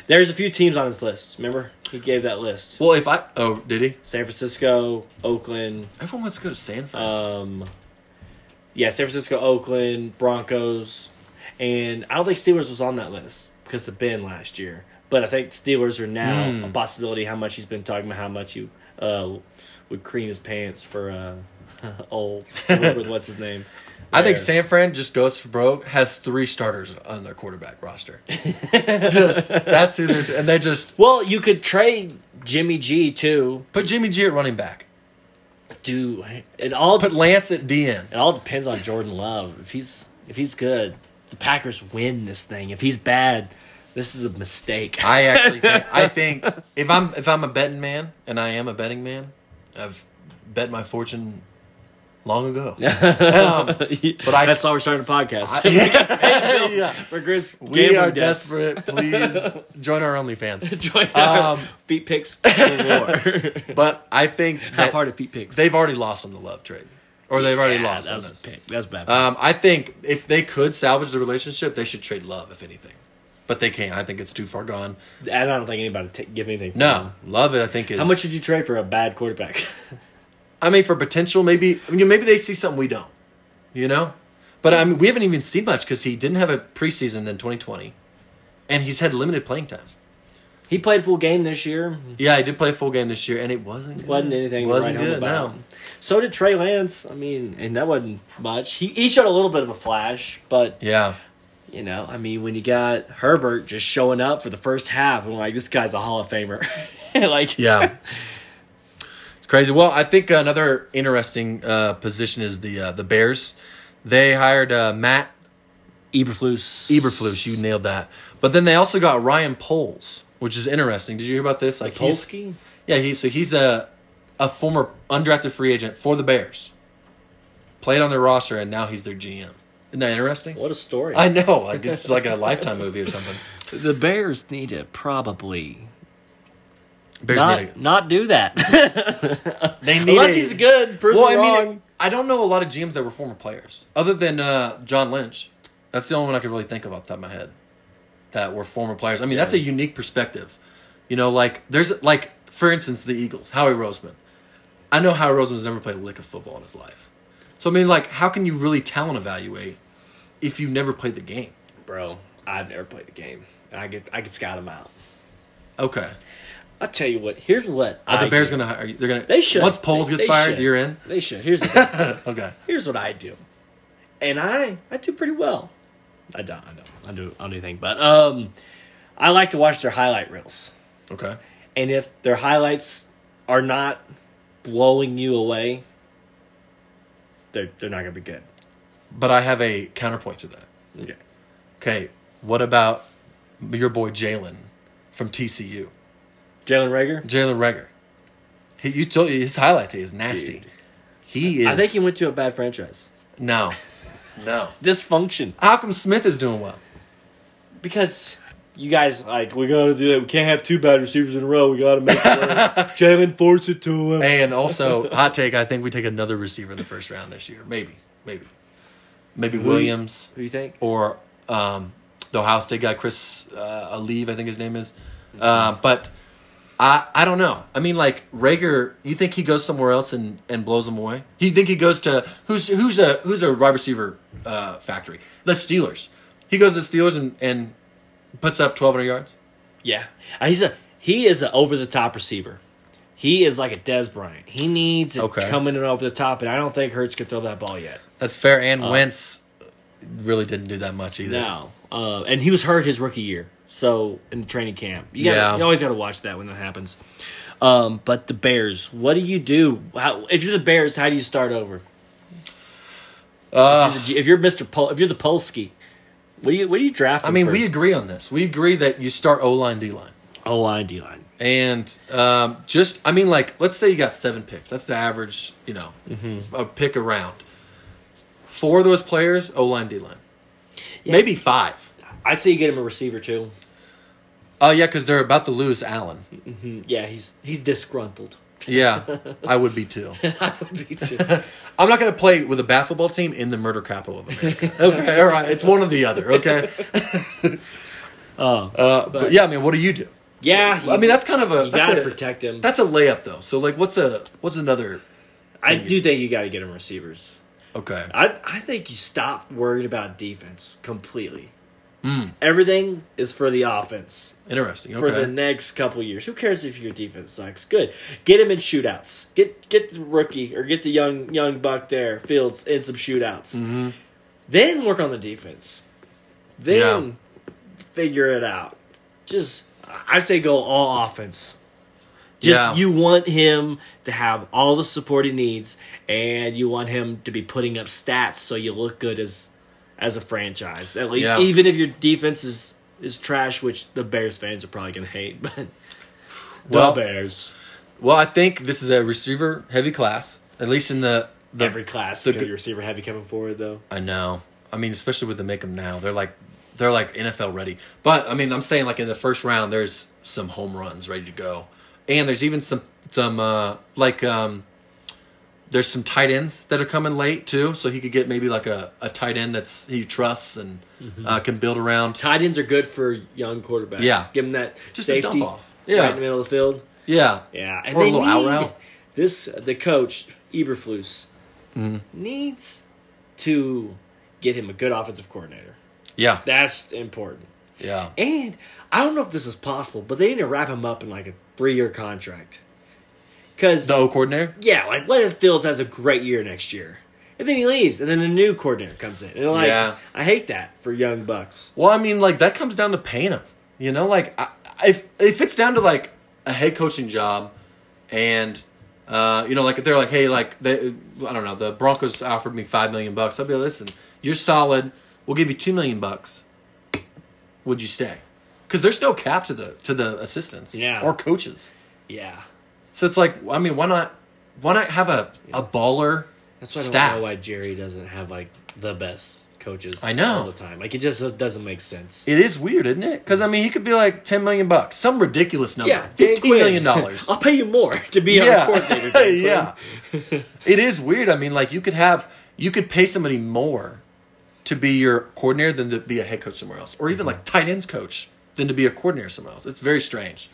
A: There's a few teams on his list. Remember, he gave that list:
B: Well, if I oh did he?
A: San Francisco, Oakland.
B: Everyone wants to go to San Fran.
A: Um, yeah, San Francisco, Oakland, Broncos, and I don't think Steelers was on that list because of Ben last year. But I think Steelers are now
B: Hmm.
A: a possibility. How much he's been talking about, how much he uh, would cream his pants for uh, [laughs] old Robert, what's his name?
B: I think
A: There.
B: San Fran just goes for broke. Has three starters on their quarterback roster. just that's who they're and they just
A: Well, you could trade Jimmy G too.
B: put Jimmy G at running back.
A: Do it all?
B: Put Lance at DN.
A: It all depends on Jordan Love. If he's if he's good, the Packers win this thing. If he's bad, this is a mistake. [laughs]
B: I actually think, I think if I'm if I'm a betting man and I am a betting man, I've bet my fortune long ago.
A: [laughs]
B: Um,
A: but
B: I-
A: that's why we're starting a podcast.
B: yeah.
A: For Chris
B: We
A: gambling
B: are
A: debts. [laughs]
B: desperate. Please join our OnlyFans.
A: Join our
B: Um,
A: feet picks
B: [laughs]
A: galore.
B: But I think
A: Half
B: that
A: hearted feet picks.
B: they've already lost on the love trade, or they've already
A: Yeah,
B: lost
A: That
B: on
A: was,
B: this.
A: a pick. That was a bad.
B: Um, I think if they could salvage the relationship, they should trade love, if anything. But they can't. I think it's too far gone.
A: pick. I don't think anybody t- give anything. for him.
B: No, love it. I think is
A: How much did you trade for a bad quarterback? [laughs]
B: I mean, for potential, maybe I mean, maybe they see something we don't, you know. But I mean, we haven't even seen much because he didn't have a preseason in 2020, and he's had limited playing time.
A: he played full game this year.
B: Yeah, he did play a full game this year, and it wasn't good.
A: Mm-hmm. Wasn't anything to write home about. So did Trey Lance. I mean, and that wasn't much. He he showed a little bit of a flash, but
B: Yeah,
A: you know, I mean, when you got Herbert just showing up for the first half, and like this guy's a Hall of Famer, [laughs] like [laughs]
B: yeah. it's crazy. Well, I think another interesting uh, position is the uh, the Bears. They hired uh, Matt
A: Eberflus.
B: Eberflus. You nailed that. But then they also got Ryan Poles, which is interesting. Did you hear about this? Like he's-
A: Polsky.
B: Yeah, he so he's a a former undrafted free agent for the Bears. Played on their roster and now he's their GM. Isn't that interesting?
A: What a story!
B: I know, like it's like a lifetime movie or something.
A: the Bears need to probably
B: Bears
A: not [laughs]
B: need
A: not do that
B: a, they [laughs] need
A: unless
B: a-
A: he's good. Prove
B: Well,
A: me
B: I
A: wrong.
B: mean, I don't know a lot of GMs that were former players, other than uh, John Lynch. That's the only one I could really think of off the top of my head that were former players. I mean, that's a unique perspective. You know, like there's like for instance the Eagles, Howie Roseman. I know Howie Roseman's never played a lick of football in his life. So I mean, like, how can you really talent evaluate if you never played the game?
A: bro. I've never played the game. And I get I could scout him out.
B: Okay,
A: I'll tell you what. Here's what
B: are
A: I
B: the Bears
A: do.
B: gonna hire you? They're gonna
A: They should.
B: once Poles
A: They-
B: gets
A: they
B: fired,
A: should.
B: you're in.
A: They should. Here's the thing.
B: Okay,
A: here's what I do, and I I do pretty well. I don't I don't I do I don't do anything, but um, I like to watch their highlight reels,
B: okay,
A: and if their highlights are not blowing you away, they're they're not gonna be good.
B: but I have a counterpoint to that.
A: Okay,
B: Okay, what about your boy Jalen from TCU?
A: Jalen Rager.
B: Jalen Rager. He, you told his highlight today is nasty.
A: Dude.
B: He is.
A: I think he went to a bad franchise. [laughs]
B: No, no.
A: Dysfunction.
B: Malcolm Smith is doing well.
A: because you guys like we gotta do that. We can't have two bad receivers in a row. We gotta make it work. [laughs] Jalen force it to him.
B: And also, hot take. I think we take another receiver in the first round this year. Maybe, maybe, maybe Williams
A: Who do you think?
B: or um, the Ohio State guy Chris uh, Aleve, I think his name is. Uh, but I, I don't know. I mean, like Rager. You think he goes somewhere else and, and blows them away? You think he goes to who's who's a who's a wide receiver uh, factory? The Steelers. He goes to the Steelers and, and puts up twelve hundred yards.
A: Yeah, Uh, he's a he is an over the top receiver. He is like a Des Bryant. He needs it
B: Okay.
A: coming in over the top, and I don't think Hurts can throw that ball yet.
B: That's fair. And Wentz really didn't do that much either.
A: No, uh, and he was hurt his rookie year. So in training camp, you gotta,
B: Yeah.
A: you always got to watch that when that happens. Um, but the Bears, what do you do? How, if you're the Bears, how do you start over?
B: Uh,
A: If you're the G- if you're Mr. Pol, if you're the Polsky, what do you what do you draft?
B: I mean, we agree on this. We agree that you start O line, D line.
A: O line, D line.
B: And um, just, I mean, like, let's say you got seven picks. That's the average, you know,
A: Mm-hmm.
B: a pick around. Four of those players, O line, D line. Maybe five.
A: I'd say you get him a receiver too.
B: Oh, yeah, because they're about to lose Allen.
A: Yeah, he's he's disgruntled. [laughs]
B: Yeah, I would be too.
A: I would be
B: [laughs]
A: too.
B: I'm not going to play with a basketball team in the murder capital of America. Okay, all right. It's one or the other, okay?
A: Oh,
B: Uh, but, yeah, I mean, what do you do?
A: yeah. he-
B: I mean, that's kind of a.
A: you
B: that's
A: gotta
B: a-
A: protect him.
B: That's a layup, though. So, like, what's a what's another?
A: I do think you got to get him receivers.
B: Okay,
A: I I think you stop worried about defense completely. Everything is for the offense
B: interesting. Okay.
A: for the next couple years. Who cares if your defense sucks? Good. Get him in shootouts. Get get the rookie or get the young young buck there Fields in some shootouts.
B: Mm-hmm.
A: Then work on the defense. Then figure it out. Just I say go all offense. Just
B: Yeah.
A: you want him to have all the support he needs, and you want him to be putting up stats so you look good as as a franchise. At least,
B: Yeah.
A: even if your defense is is trash, which the Bears fans are probably gonna hate, [laughs] but
B: Well-
A: the Bears
B: Well, I think this is a receiver heavy class, at least in the, the
A: every class
B: the
A: the
B: g-
A: receiver heavy coming forward though.
B: I know. I mean, especially with the make 'em now, they're like they're like NFL ready. But I mean, I'm saying like in the first round, there's some home runs ready to go, and there's even some some uh, like um, there's some tight ends that are coming late too, so he could get maybe like a, a tight end that's he trusts and uh, can build around.
A: Tight ends are good for young quarterbacks.
B: Yeah.
A: give them that
B: Just a
A: safety
B: dump off. Yeah.
A: right in the middle of the field.
B: Yeah,
A: Yeah,
B: Or a
A: they
B: little out
A: need-
B: route.
A: This the coach Eberflus
B: Mm-hmm.
A: needs to get him a good offensive coordinator.
B: yeah,
A: That's important.
B: yeah.
A: And I don't know if this is possible, but they need to wrap him up in like a three-year contract. Because
B: The O coordinator.
A: yeah, like what if Fields has a great year next year, and then he leaves, and then a new coordinator comes in, and like
B: Yeah.
A: I hate that for young bucks.
B: Well, I mean, like that comes down to paying him. You know, like I, if if it's down to like a head coaching job, and uh, you know, like if they're like, hey, like they, I don't know, the Broncos offered me five million bucks. I'll be like, listen, you're solid. We'll give you two million bucks. Would you stay? Because there's no cap to the to the assistants
A: Yeah.
B: or coaches.
A: Yeah,
B: So it's like, I mean, why not? Why not have a a baller
A: that's why I
B: staff?
A: don't know why Jerry doesn't have like the best coaches.
B: I know.
A: all the time. Like it just doesn't make sense.
B: It is weird, isn't it? Because I mean, he could be like ten million bucks, some ridiculous number,
A: Yeah, Dan
B: fifteen million
A: Quinn.
B: dollars.
A: [laughs] I'll pay you more to be our coordinator. Dan
B: [laughs]
A: Quinn.
B: yeah. it is weird. I mean, like you could have you could pay somebody more to be your coordinator than to be a head coach somewhere else, or even
A: Mm-hmm.
B: like tight ends coach than to be a coordinator somewhere else. It's very strange.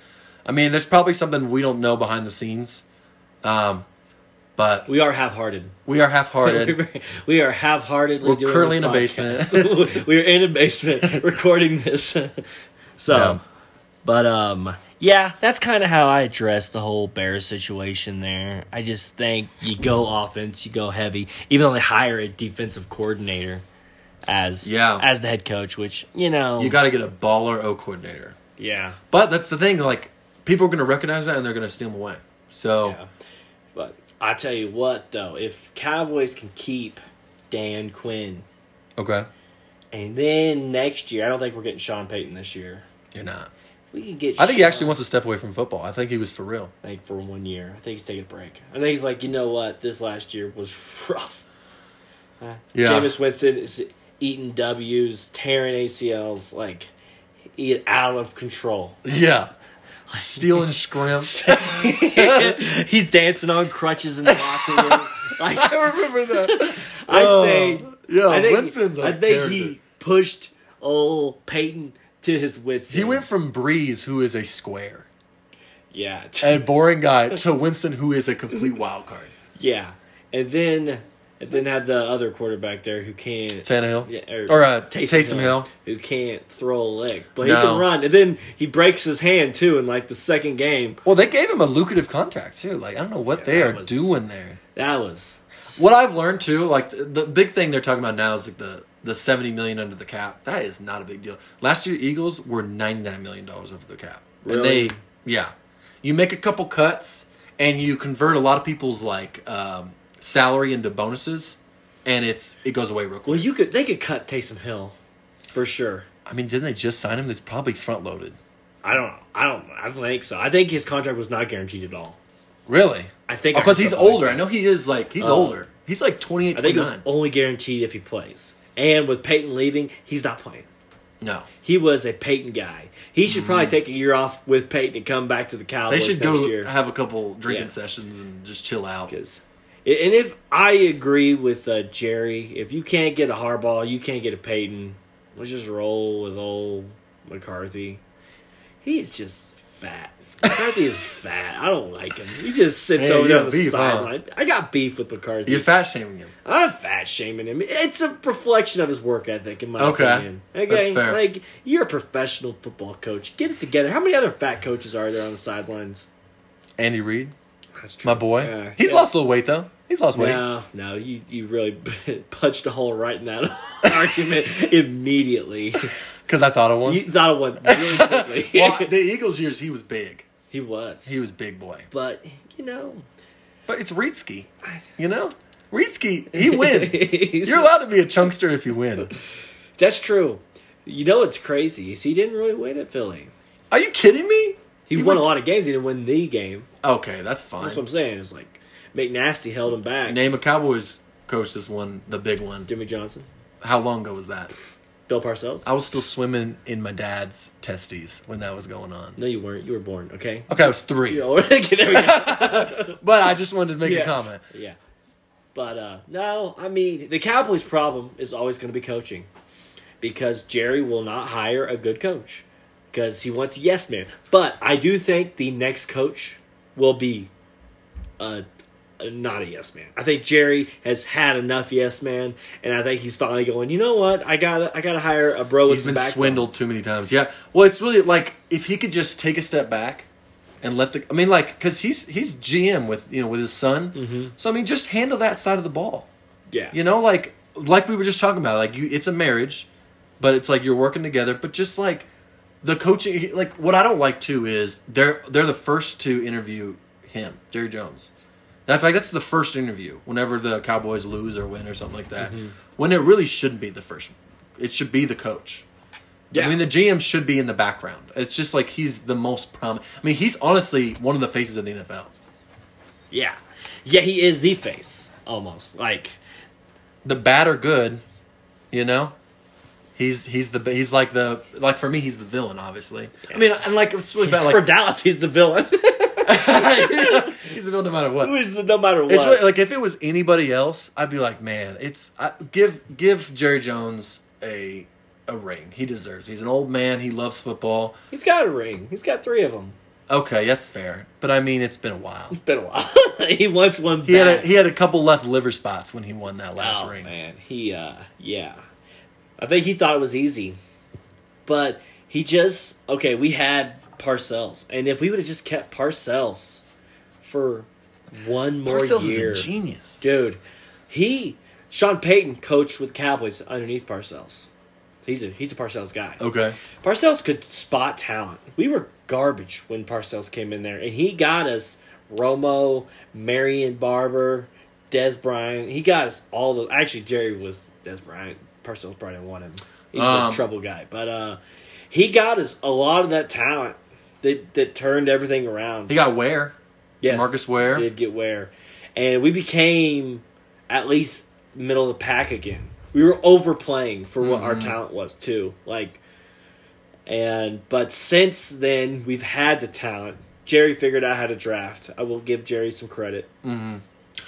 B: I mean, there's probably something we don't know behind the scenes, um, but
A: We are half hearted.
B: we are half-hearted.
A: [laughs] we are half heartedly
B: We're
A: doing
B: currently
A: this
B: in a basement.
A: podcast. [laughs] we are in a
B: [laughs]
A: basement recording this. [laughs] so
B: Yeah.
A: but um yeah, that's kind of how I address the whole Bears situation there. I just think you go offense, you go heavy, even though they hire a defensive coordinator as
B: Yeah.
A: as the head coach, which you know
B: you got to get a baller O coordinator.
A: yeah.
B: But that's the thing. Like people are going to recognize that and they're going to steal him away. So
A: Yeah. But I tell you what though, if Cowboys can keep Dan Quinn
B: okay,
A: and then next year, I don't think we're getting Sean Payton this year.
B: you're not.
A: We could get.
B: I think he
A: Sean,
B: actually wants to step away from football. I think he was for real.
A: Like for one year, I think he's taking a break. I think he's like, you know what? This last year was [laughs] rough. Uh,
B: Yeah.
A: Jameis Winston is eating W's, tearing ACLs, like he out of
B: [laughs]
A: control. [laughs]
B: Yeah, stealing scrimps.
A: he's dancing on crutches in the locker
B: [laughs]
A: room. Like,
B: [laughs] I remember that.
A: I think.
B: yeah,
A: I think,
B: Oh. Winston's a
A: I think
B: character.
A: he pushed old Peyton to his wits.
B: He
A: end.
B: went from Breeze, who is a square
A: Yeah. [laughs]
B: and boring guy, to Winston, who is a complete wild card.
A: Yeah, and then and then had the other quarterback there who can't
B: Tannehill
A: yeah,
B: or, uh, Taysom Hill.
A: who can't throw a leg, but he
B: No.
A: can run. And then he breaks his hand too in like the second game.
B: Well, they gave him a lucrative contract too. Like I don't know what
A: Yeah,
B: they
A: that
B: are
A: was-
B: doing there.
A: That was
B: What I've learned too, like the, the big thing they're talking about now is like the the seventy million under the cap. That is not a big deal. Last year, Eagles were ninety nine million dollars over the cap,
A: Really?
B: and they yeah, you make a couple cuts and you convert a lot of people's like um, salary into bonuses, and it's it goes away real quick.
A: well. You could they could cut Taysom Hill for sure.
B: I mean, didn't they just sign him? That's probably front loaded.
A: I don't. I don't. I don't think so. I think his contract was not guaranteed at all.
B: Really?
A: I think I
B: because
A: heard
B: Oh, he's
A: something like
B: older.
A: that.
B: I know he is like
A: Oh.
B: he's older. He's like 28,
A: I think it was
B: 29.
A: only guaranteed if he plays. And with Peyton leaving, he's not playing.
B: No,
A: He was a Peyton guy. He should probably take a year off with Peyton and come back to the
B: Mm-hmm. they
A: Cowboys
B: should
A: next
B: go
A: year.
B: have a couple drinking
A: Yeah.
B: sessions and just chill out.
A: Because, and if I agree with uh, Jerry, if you can't get a Harbaugh, you can't get a Peyton. Let's just roll with old McCarthy. He is just fat. McCarthy
B: [laughs]
A: is fat. I don't like him. He just sits
B: Hey,
A: over
B: you
A: there on the
B: got beef, huh?
A: sideline. I got beef with McCarthy.
B: You're fat shaming him.
A: I'm fat shaming him. It's a reflection of his work ethic, in my
B: Okay.
A: opinion. Okay,
B: That's fair.
A: Like you're a professional football coach. Get it together. How many other fat coaches are there on the sidelines?
B: Andy Reid,
A: That's true.
B: my boy.
A: Yeah.
B: He's
A: Yeah.
B: lost a little weight though. He's lost weight.
A: No, no, you you really [laughs] punched a hole right in that [laughs] argument immediately.
B: Cause I thought of one.
A: You thought it went really quickly. [laughs]
B: [laughs] well, the Eagles years he was big.
A: he was.
B: He was big boy.
A: But you know,
B: But it's Reedsky. You know,
A: [laughs]
B: Reedsky he wins. You're allowed to be a chunkster if you win.
A: that's true. You know what's crazy is he didn't really win at Philly.
B: Are you kidding me?
A: He, won, a lot of games. He didn't win the game.
B: Okay, that's fine.
A: That's what I'm saying. It's like McNasty held him back.
B: Name a Cowboys coach this one, the big one.
A: Jimmy Johnson,
B: How long ago was that?
A: Bill Parcells.
B: I was still swimming in my dad's testes when that was going on.
A: no, you weren't. You were born. Okay. [laughs]
B: Okay, I was three.
A: You're old. Okay, there we go.
B: But I just wanted to make
A: Yeah.
B: a comment.
A: Yeah. But uh, no, I mean the Cowboys' problem is always going to be coaching, because Jerry will not hire a good coach because he wants a yes man. But I do think the next coach will be a, a not a yes man. I think Jerry has had enough yes man, and I think he's finally going. You know what? I got I got to hire a bro with
B: He's
A: some
B: been
A: background."
B: swindled too many times. Yeah. Well, it's really like if he could just take a step back and let the. I mean, like because he's he's GM with you know with his son. So I mean, just handle that side of the ball.
A: Yeah,
B: You know, like like we were just talking about, like you, it's a marriage, but it's like you're working together. But just like the coaching, like what I don't like too is they're they're the first to interview him, Jerry Jones. That's like that's the first interview. Whenever the Cowboys lose or win or something like that, when it really shouldn't be the first. It should be the coach.
A: yeah.
B: I mean, the GM should be in the background. It's just like he's the most prominent. I mean, he's honestly one of the faces of the NFL.
A: yeah, yeah. He is the face almost like
B: the bad are good, you know. He's he's the he's like the like for me he's the villain obviously. I mean and like it's really bad
A: for
B: like
A: Dallas. He's the villain. [laughs]
B: [laughs] he's a villain no matter what.
A: Who is the no matter what?
B: It's really, like if it was anybody else, I'd be like, man, it's I, give give Jerry Jones a a ring. He deserves. it. He's an old man. He loves football.
A: He's got a ring. He's got three of them.
B: Okay, that's fair. But I mean, it's been a while.
A: Been a while. [laughs] he wants one.
B: He had a,
A: back.
B: he had a couple less liver spots when he won that last
A: oh
B: ring.
A: man, he uh, yeah. I think he thought it was easy, but he just okay. We had Parcells, and if we would have just kept Parcells for one more
B: Parcells
A: year,
B: is a genius.
A: dude. He Sean Payton coached with Cowboys underneath Parcells. So he's a he's a Parcells guy.
B: Okay.
A: Parcells could spot talent. We were garbage when Parcells came in there, and he got us Romo, Marion Barber, Des Bryant. He got us all those. Actually, Jerry was Des Bryant. Parcells probably didn't want him. He's
B: Um,
A: a trouble guy, but uh, he got us a lot of that talent that that turned everything around.
B: He got Ware.
A: Yes,
B: Marcus Ware.
A: did get Ware, and we became at least middle of the pack again. We were overplaying for what
B: Mm-hmm.
A: our talent was too. Like, and but since then we've had the talent. Jerry figured out how to draft. I will give Jerry some credit. Mm-hmm.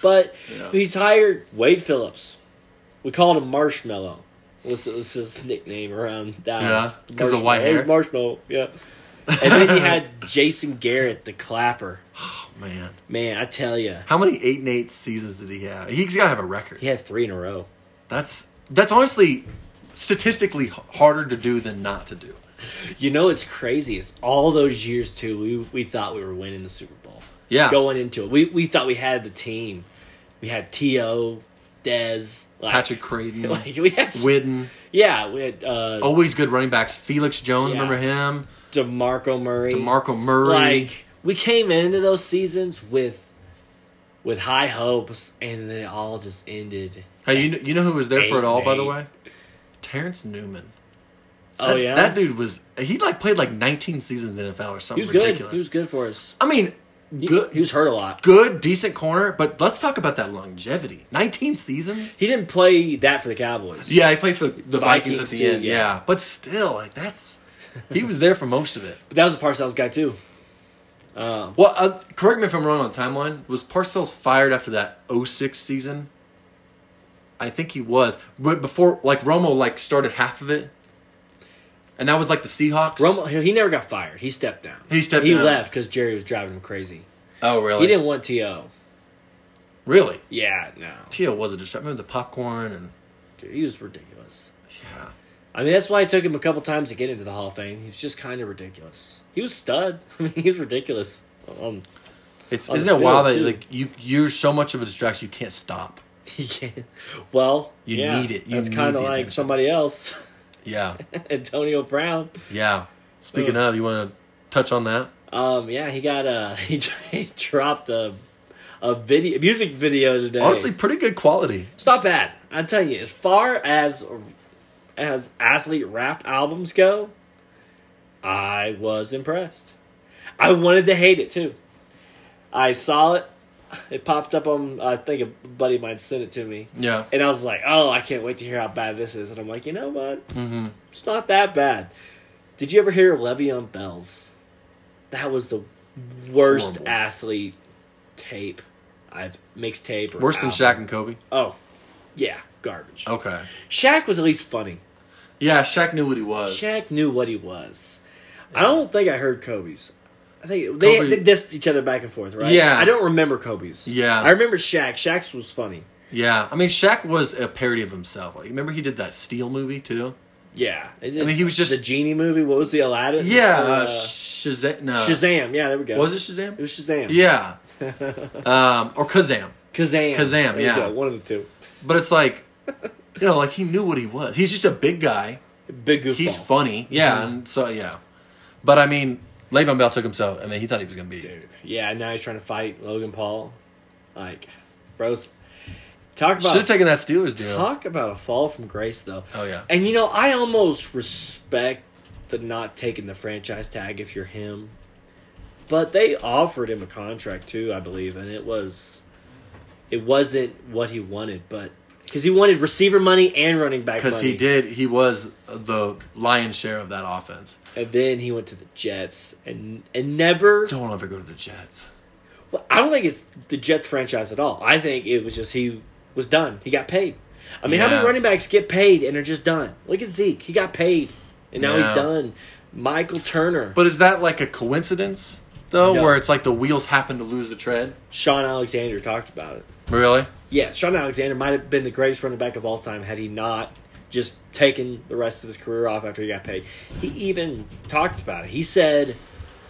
A: But
B: Yeah.
A: he's hired Wade Phillips. We called him Marshmallow. Was, was his nickname around Dallas?
B: Yeah, 'cause of the white
A: Marshmallow.
B: hair.
A: Marshmallow, yeah. And then he had Jason Garrett, the clapper.
B: Oh man,
A: Man, I tell you,
B: how many eight and eight seasons did he have? He's got to have a record.
A: he had three in a row.
B: That's that's honestly statistically h- harder to do than not to do.
A: You know, it's crazy. It's all those years too. We we thought we were winning the Super Bowl.
B: Yeah.
A: going into it, we we thought we had the team. We had To, Des, like,
B: Patrick Creighton,
A: [laughs] Like we had,
B: Witten,
A: yeah, we had uh,
B: always good running backs. Felix Jones,
A: Yeah.
B: remember him?
A: Demarco Murray,
B: Marco Murray.
A: Like we came into those seasons with with high hopes, and then it all just ended.
B: hey, you know, you know who was there for it all, by the
A: Eight
B: way?
A: and
B: Terrence Newman.
A: Oh
B: that,
A: yeah,
B: that dude was he like played like 19 seasons in the NFL or
A: He
B: something
A: was good.
B: ridiculous.
A: He was good for us.
B: I mean,
A: He,
B: good,
A: he was hurt a lot.
B: good, decent corner. But let's talk about that longevity. 19 seasons.
A: He didn't play that for the Cowboys.
B: Yeah, he played for the, the Vikings,
A: Vikings
B: at the
A: too,
B: end.
A: yeah.
B: Yeah. but still, like [laughs] that's he was there for most of it.
A: But that was a Parcells guy too. Uh,
B: Well, uh, correct me if I'm wrong on the timeline. Was Parcells fired after that 06 season? I think he was, but before like Romo like started half of it, and that was like the Seahawks.
A: Romo, he he never got fired. He stepped down.
B: He stepped
A: He
B: down.
A: left because Jerry was driving him crazy.
B: Oh, really?
A: He didn't want To.
B: really.
A: Yeah, no,
B: Tio was a distraction. Remember the popcorn and
A: Dude, he was ridiculous.
B: yeah.
A: I mean, that's why it took him a couple times to get into the Hall of Fame. He was just kind of ridiculous. He was stud. [laughs] I mean, he was ridiculous. Um, [laughs]
B: It's
A: On
B: isn't
A: the
B: it wild
A: field,
B: that
A: too.
B: like you you're so much of a distraction you can't stop.
A: he can't. Well,
B: You
A: yeah,
B: need it. You
A: that's
B: need
A: kind
B: the
A: of like
B: attention.
A: somebody else, [laughs]
B: Yeah,
A: Antonio Brown.
B: yeah. Speaking of, you want to touch on that?
A: Um, yeah, he got a [laughs] he, he dropped a a video music video today.
B: Honestly, pretty good quality.
A: It's not bad. I tell you, as far as as athlete rap albums go, I was impressed. I wanted to hate it too. I saw it. It popped up on. I think a buddy of mine sent it to me,
B: Yeah,
A: and I was like, "Oh, I can't wait to hear how bad this is." And I'm like, "You know what? Mm-hmm. It's not that bad." Did you ever hear Le'Veon Bell's? That was the worst
B: Horrible.
A: athlete tape. I mixtape or
B: worse than
A: album.
B: Shaq and Kobe.
A: Oh, yeah, garbage.
B: Okay.
A: Shaq was at least funny.
B: Yeah, Shaq knew what he was.
A: Shaq knew what he was. I don't think I heard Kobe's. I think they,
B: Kobe-
A: they dissed each other back and forth, right?
B: Yeah.
A: I don't remember Kobe's.
B: Yeah.
A: I remember Shaq. Shaq's was funny.
B: Yeah, I mean Shaq was a parody of himself. Like, remember he did that Steel movie too?
A: Yeah. I
B: mean, he was just-
A: the genie movie. What was the Aladdin?
B: Yeah,
A: Or,
B: uh,
A: uh,
B: Shazam. No,
A: Shazam. Yeah, there we go.
B: was it Shazam?
A: It was Shazam.
B: [laughs] Yeah, um, or Kazam.
A: Kazam.
B: Kazam,
A: There you
B: yeah.
A: go, One of the two.
B: But it's like, you know, like he knew what he was. He's just a big guy.
A: Big goofball.
B: He's funny. Yeah,
A: Mm-hmm.
B: and so yeah. But I mean, Le'Veon Bell took himself. I mean, he thought he was gonna be.
A: Dude, yeah, now he's trying to fight Logan Paul. Like, bros, talk
B: Should have
A: about
B: taken that Steelers deal.
A: Talk about a fall from grace, though.
B: Oh, yeah.
A: And you know, I almost respect the not taking the franchise tag if you're him, but they offered him a contract too, I believe, and it was, it wasn't what he wanted, but because he wanted receiver money and running back money.
B: because he did. He was the lion's share of that offense.
A: and then he went to the Jets and and never.
B: Don't ever go to the Jets.
A: Well, I don't think it's the Jets franchise at all. I think it was just he was done. He got paid. I mean, how many
B: Yeah.
A: running backs get paid and are just done? Look at Zeke. He got paid and now
B: Yeah.
A: he's done. Michael Turner,
B: But is that like a coincidence though,
A: No.
B: where it's like the wheels happen to lose the tread?
A: Sean Alexander talked about it.
B: Really?
A: Yeah, Sean Alexander might have been the greatest running back of all time had he not just taken the rest of his career off after he got paid. He even talked about it. He said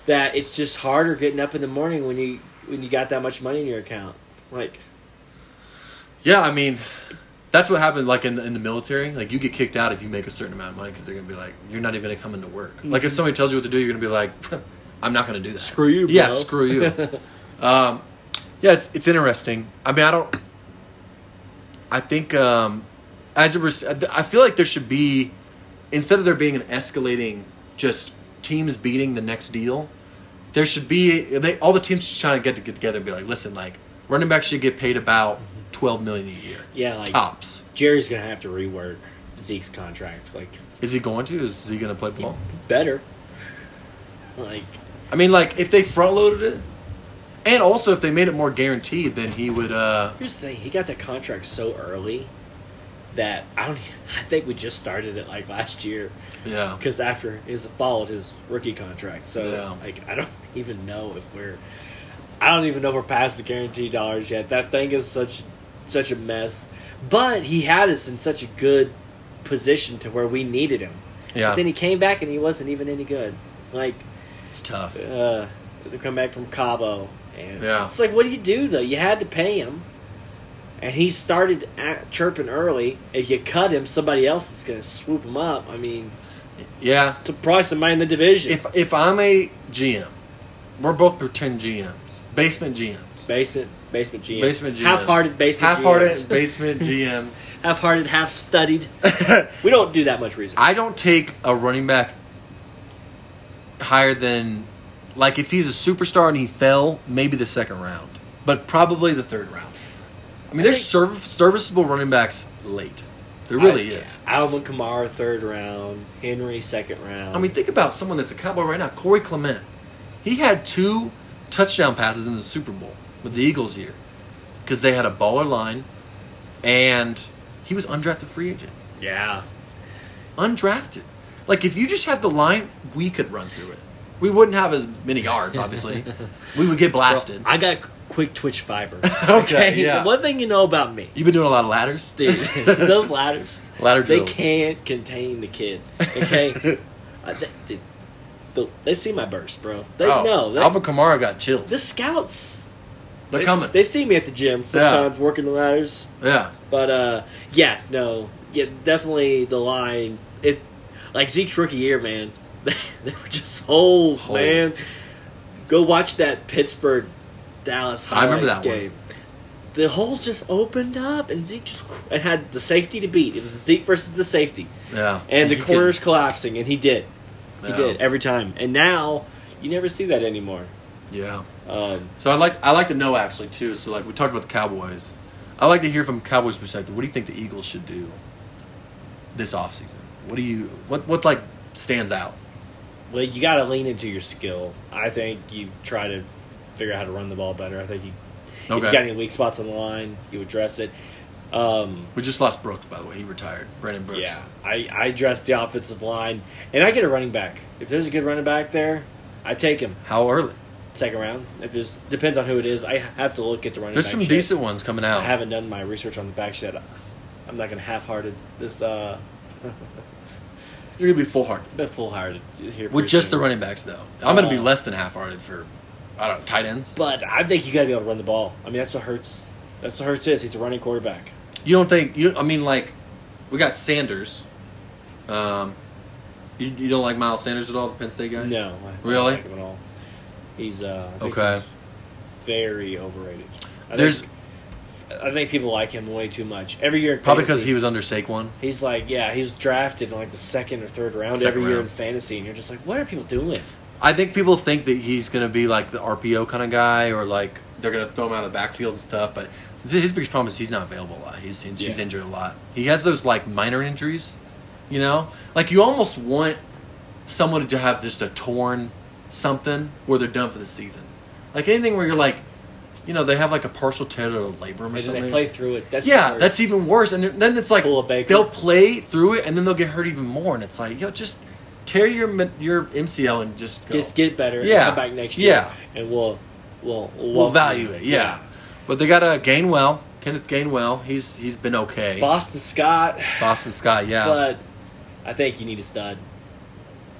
A: that it's just harder getting up in the morning when you when you got that much money in your account. Like,
B: Yeah, I mean, that's what happened. Like in the, in the military, like you get kicked out if you make a certain amount of money because they're gonna be like, you're not even gonna come into work. Like if somebody tells you what to do, you're gonna be like, I'm not gonna do that.
A: Mm-hmm. Screw you,
B: Yeah,
A: bro.
B: screw you.
A: [laughs]
B: um, yeah, it's, it's interesting. I mean, I don't. I think um, as a, res- I feel like there should be instead of there being an escalating just teams beating the next deal, there should be they all the teams should try to get to get together and be like, listen, like running backs should get paid about twelve million a year.
A: yeah, like
B: Tops.
A: Jerry's gonna have to rework Zeke's contract. Like,
B: Is he going to? Is he gonna play ball?
A: better. Like,
B: I mean, like if they front loaded it, and also if they made it more guaranteed, then he would. uh
A: here's the thing: he got that contract so early that I don't. [laughs] I think we just started it like last year.
B: Yeah.
A: because after is followed his rookie contract. So
B: Yeah.
A: like I don't [laughs] even know if we're I don't even know if we're past the guaranteed dollars yet. That thing is such such a mess. But he had us in such a good position to where we needed him.
B: Yeah.
A: But then he came back and he wasn't even any good. Like
B: It's tough.
A: uh they come back from Cabo and
B: Yeah.
A: it's like what do you do though? You had to pay him. And he started at chirping early. If you cut him, somebody else is going to swoop him up. I mean,
B: Yeah.
A: to price somebody in the division.
B: If if I'm a GM, we're both pretend GMs, basement GMs,
A: basement, basement GM,
B: basement GMs,
A: half-hearted basement,
B: half-hearted
A: GMs. [laughs]
B: basement GMs.
A: half-hearted, half-studied. we don't do that much research.
B: I don't take a running back higher than like if he's a superstar and he fell, maybe the second round, but probably the third round. I mean, there's
A: think-
B: serv- serviceable running backs late. There really
A: I-
B: is.
A: Alvin Kamara third round, Henry second round.
B: I mean, think about someone that's a cowboy right now, Corey Clement. He had two touchdown passes in the Super Bowl with the Eagles here because they had a baller line, and he was undrafted free agent.
A: yeah,
B: undrafted. Like if you just had the line, we could run through it. We wouldn't have as many yards, obviously.
A: [laughs]
B: we would get blasted.
A: I got quick twitch
B: [laughs]
A: fiber.
B: Okay, yeah.
A: One thing you know about me,
B: You've been doing a lot of ladders, [laughs]
A: dude, [laughs] those ladders,
B: ladder
A: they
B: drills.
A: can't contain the kid.
B: [laughs]
A: Okay, I, they, dude, the- they see my burst, bro. They
B: Oh,
A: know. They,
B: Alvin Kamara got chills.
A: the scouts.
B: They're
A: they,
B: coming.
A: They see me at the gym sometimes working the ladders.
B: yeah,
A: But uh, yeah, no, yeah, definitely the line. If like Zeke's rookie year, man, [laughs] they were just holes,
B: Holes.
A: man. Go watch that Pittsburgh Dallas
B: I remember
A: highlights
B: that one.
A: game. The holes just opened up, and Zeke just and had the safety to beat. It was Zeke versus the safety,
B: yeah.
A: and the
B: You
A: corners collapsing, and he did, he
B: Yeah.
A: did every time. And now you never see that anymore.
B: could- yeah.
A: Um,
B: So I like I like to know actually too. So like we talked about the Cowboys. I like to hear from Cowboys perspective. What do you think the Eagles should do this offseason? What do you what what like stands out?
A: Well, you got to lean into your skill. I think you try to figure out how to run the ball better. I think you, if
B: Okay.
A: you got any weak spots on the line, you address it. Um,
B: We just lost Brooks by the way. He retired. Brandon Brooks.
A: yeah, I, I address the offensive line, and I get a running back. If there's a good running back there, I take him
B: How early?
A: second round. If it's depends on who it is, I have to look at the running.
B: There's
A: back
B: some
A: shit.
B: decent ones coming out.
A: I haven't done my research on the back yet. I'm not gonna half-hearted this. Uh,
B: You're gonna be full hearted
A: bit full-hearted here
B: with
A: pretty
B: just the
A: soon.
B: running backs, though. I'm gonna be
A: Uh,
B: less than half hearted for, I don't know, tight ends.
A: But I think you got to be able to run the ball. I mean, that's what hurts. That's what hurts is he's a running quarterback.
B: You don't think you? I mean, like, we got Sanders. Um, you, you don't like Miles Sanders at all, the Penn State guy?
A: No, I don't
B: Really?
A: Like him at all. He's uh, I think
B: Okay.
A: he's very overrated. I
B: There's
A: think, I think people like him way too much. Every year, in
B: probably because
A: fantasy,
B: he was under Saquon.
A: he's like, yeah, he was drafted in like the second or third round
B: Second
A: every year in
B: round.
A: fantasy, and you're just like, what are people doing?
B: I think people think that he's gonna be like the RPO kind of guy or like they're gonna throw him out of the backfield and stuff. But his biggest problem is he's not available a lot. He's he's
A: Yeah.
B: injured a lot. He has those like minor injuries, you know. Like you almost want someone to have just a torn something where they're done for the season. Like anything where you're like, you know, they have like a partial tear to a labrum or
A: And then
B: something.
A: they play through it. That's
B: yeah,
A: the
B: that's even worse. And then it's like
A: Pull a Baker.
B: they'll play through it and then they'll get hurt even more. And it's like, yo, just tear your mi- your MCL and just go.
A: Just get better.
B: Yeah.
A: And come back next year.
B: Yeah.
A: And we'll we'll
B: we'll
A: welcome
B: value
A: you.
B: it. Yeah. But they got a Gainwell, Kenneth Gainwell. He's he's been okay.
A: Boston Scott,
B: Boston Scott, yeah.
A: but I think you need a stud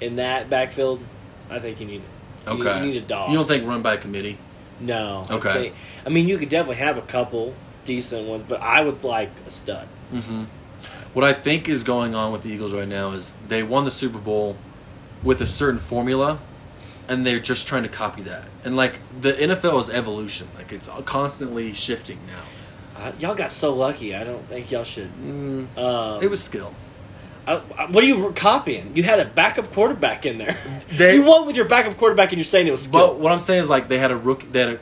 A: in that backfield. I think you need you need-
B: okay.
A: You need a dog.
B: You don't think run by committee?
A: No. I
B: Okay.
A: think- I mean, you could definitely have a couple decent ones, but I would like a stud.
B: What I think is going on with the Eagles right now is they won the Super Bowl with a certain formula, and they're just trying to copy that. And like the NFL is evolution; like it's constantly shifting now. Mm,
A: Uh, y'all got so lucky. I don't think y'all should. Uh,
B: It was skill.
A: I, I- what are you copying? You had a backup quarterback in there. [laughs]
B: They-
A: you won with your backup quarterback, and you're saying it was skill.
B: But what I'm saying is like they had a rookie, they had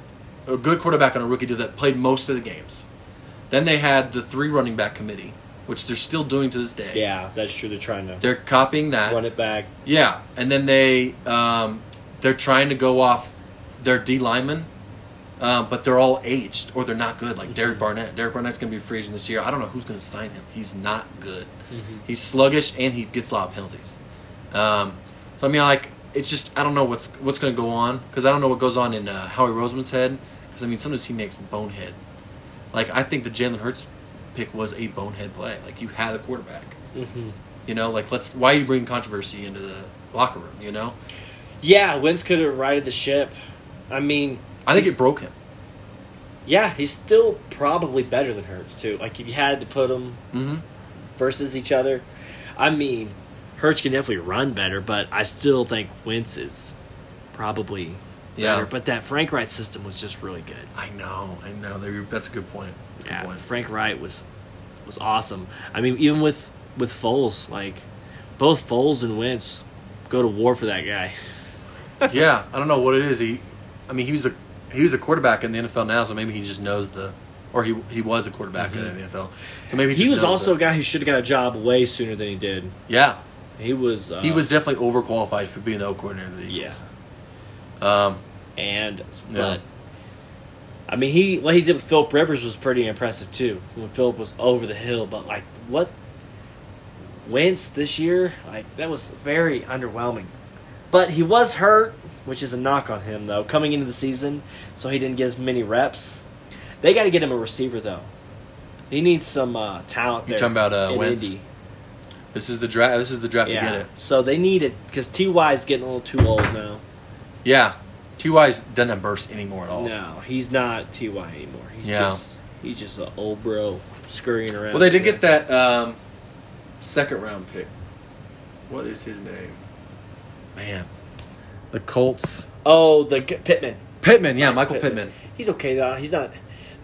B: a, a good quarterback and a rookie deal that played most of the games. Then they had the three running back committee, which they're still doing to this day.
A: yeah, that's true. They're trying to
B: They're copying that.
A: run it back.
B: Yeah, and then they um, they're trying to go off their D linemen, um, but they're all aged or they're not good. Like Derek Barnett. Derek Barnett's going to be a free agent this year. I don't know who's going to sign him. He's not good. He's sluggish and he gets a lot of penalties. Um, so I mean, like it's just I don't know what's what's going to go on because I don't know what goes on in uh, Howie Roseman's head. Because I mean, sometimes he makes bonehead. Like I think the Jalen Hurts pick was a bonehead play. Like you had a quarterback. You know, like let's why are you bringing controversy into the locker room? You know,
A: Yeah, Wentz could have righted the ship. I mean,
B: I think it broke him.
A: yeah, he's still probably better than Hurts too. Like if you had to put them versus each other, I mean, Hurts can definitely run better, but I still think Wentz is probably
B: Yeah.
A: better. But that Frank Wright system was just really good.
B: I know, I know. There- That's a good point. That's a
A: Yeah,
B: good point.
A: Frank Wright was was awesome. I mean, even with with Foles, like both Foles and Wentz go to war for that guy.
B: yeah, I don't know what it is. He, I mean, he was a he was a quarterback in the NFL now, so maybe he just knows the, or he he was a quarterback in the NFL, so maybe he,
A: Mm-hmm. He
B: just
A: was
B: knows
A: also a
B: the-
A: guy who should have got a job way sooner than he did.
B: yeah.
A: He was uh,
B: He was definitely overqualified for being the O coordinator of the
A: yeah.
B: Eagles. Um,
A: And
B: Yeah.
A: but I mean he what he did with Philip Rivers was pretty impressive too. When Philip was over the hill, but like what Wentz this year, like that was very underwhelming. But he was hurt, which is a knock on him though, coming into the season, so he didn't get as many reps. They got to get him a receiver though. He needs some uh, talent.
B: You're
A: there
B: talking about, uh,
A: in
B: Wentz?
A: Indy.
B: this is the draft. This is the draft to get
A: Yeah.
B: it.
A: So they need it because Ty is getting a little too old now.
B: Yeah, Ty's doesn't have burst anymore at all.
A: No, he's not Ty anymore. He's
B: Oh. Yeah.
A: just he's just an old bro scurrying around.
B: Well, they did get that um, second round pick. What is his name? Man, the Colts.
A: Oh, the G- Pittman.
B: Pittman, yeah, Michael Pittman.
A: He's okay though. He's not.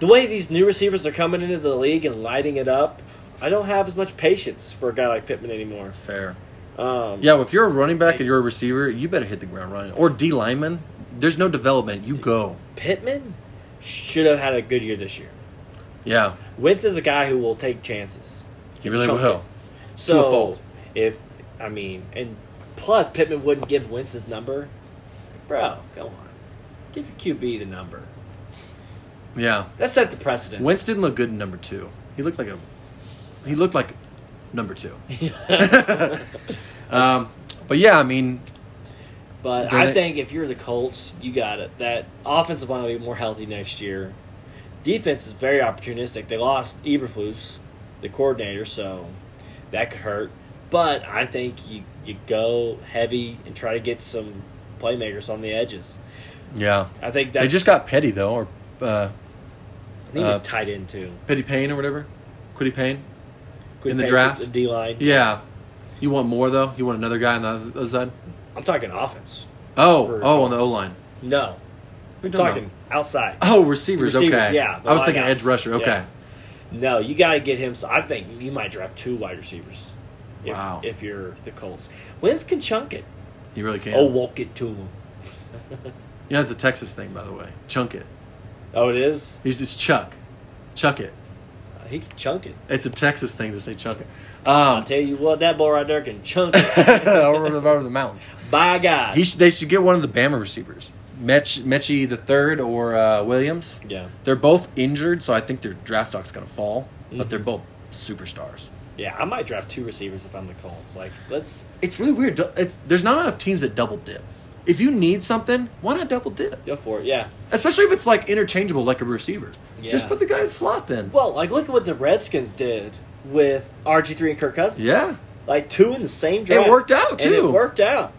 A: The way these new receivers are coming into the league and lighting it up, I don't have as much patience for a guy like Pittman anymore.
B: That's fair.
A: Um,
B: Yeah, well, if you're a running back and you're a receiver, you better hit the ground running. Or D lineman. There's no development. You go.
A: Pittman should have had a good year this year.
B: Yeah,
A: Wentz is a guy who will take chances.
B: he really
A: Chunk
B: will.
A: it.
B: To a
A: So
B: fault.
A: if I mean, and plus Pittman wouldn't give Wentz his number, bro. Go on, give your QB the number.
B: Yeah.
A: That set the precedent.
B: Wentz didn't look good in number two. He looked like a. He looked like number [laughs] two. um, but yeah, I mean,
A: [laughs] But
B: Then
A: I
B: it-
A: think if you're the Colts, you got it. That offensive line will be more healthy next year. Defense is very opportunistic. They lost Eberflus, the coordinator, so that could hurt. But I think you you go heavy and try to get some playmakers on the edges.
B: yeah.
A: I think
B: They
A: that's
B: just got petty, though, or uh,
A: I think
B: uh,
A: it's tied in too.
B: Petty Payne or whatever. Quiddy Payne.
A: Quinn
B: the
A: Payton,
B: draft?
A: the D line.
B: Yeah. You want more though? You want another guy on the other side?
A: I'm talking offense.
B: Oh,
A: For
B: oh, on the
A: Colts.
B: O line.
A: No, I'm talking outside.
B: Oh, receivers.
A: Receivers,
B: okay.
A: yeah, the
B: I was thinking
A: wideouts,
B: edge rusher. Okay.
A: yeah. No, you got to get him. So I think you might draft two wide receivers. If,
B: Wow.
A: If you're the Colts, Wentz can chunk it.
B: You really can.
A: Oh,
B: Oh,
A: walk it to him. [laughs]
B: yeah, it's a Texas thing, by the way. Chunk it.
A: Oh, it is.
B: It's it's chuck. Chuck it.
A: He can chunk it.
B: It's a Texas thing to say chuck it.
A: I'll
B: [laughs] Um,
A: tell you what, that boy right there can chunk
B: [laughs]
A: it.
B: over, the- over the mountains.
A: [laughs] By God.
B: He should, they should get one of the Bama receivers, Mech, Mechie the third or uh, Williams.
A: yeah.
B: They're both injured, so I think their draft stock's gonna fall.
A: Mm-hmm.
B: But they're both superstars.
A: Yeah, I might draft two receivers if I'm the Colts. Like, let's.
B: It's really weird. Du- It's there's not enough teams that double dip. If you need something, why not double dip?
A: Go for it. Yeah.
B: Especially if it's like interchangeable, like a receiver. Just
A: Yeah.
B: put the guy in slot then.
A: Well, like look at what the Redskins did with RG three and Kirk Cousins.
B: Yeah,
A: Like two in the same draft.
B: worked out,
A: And
B: too.
A: it worked out.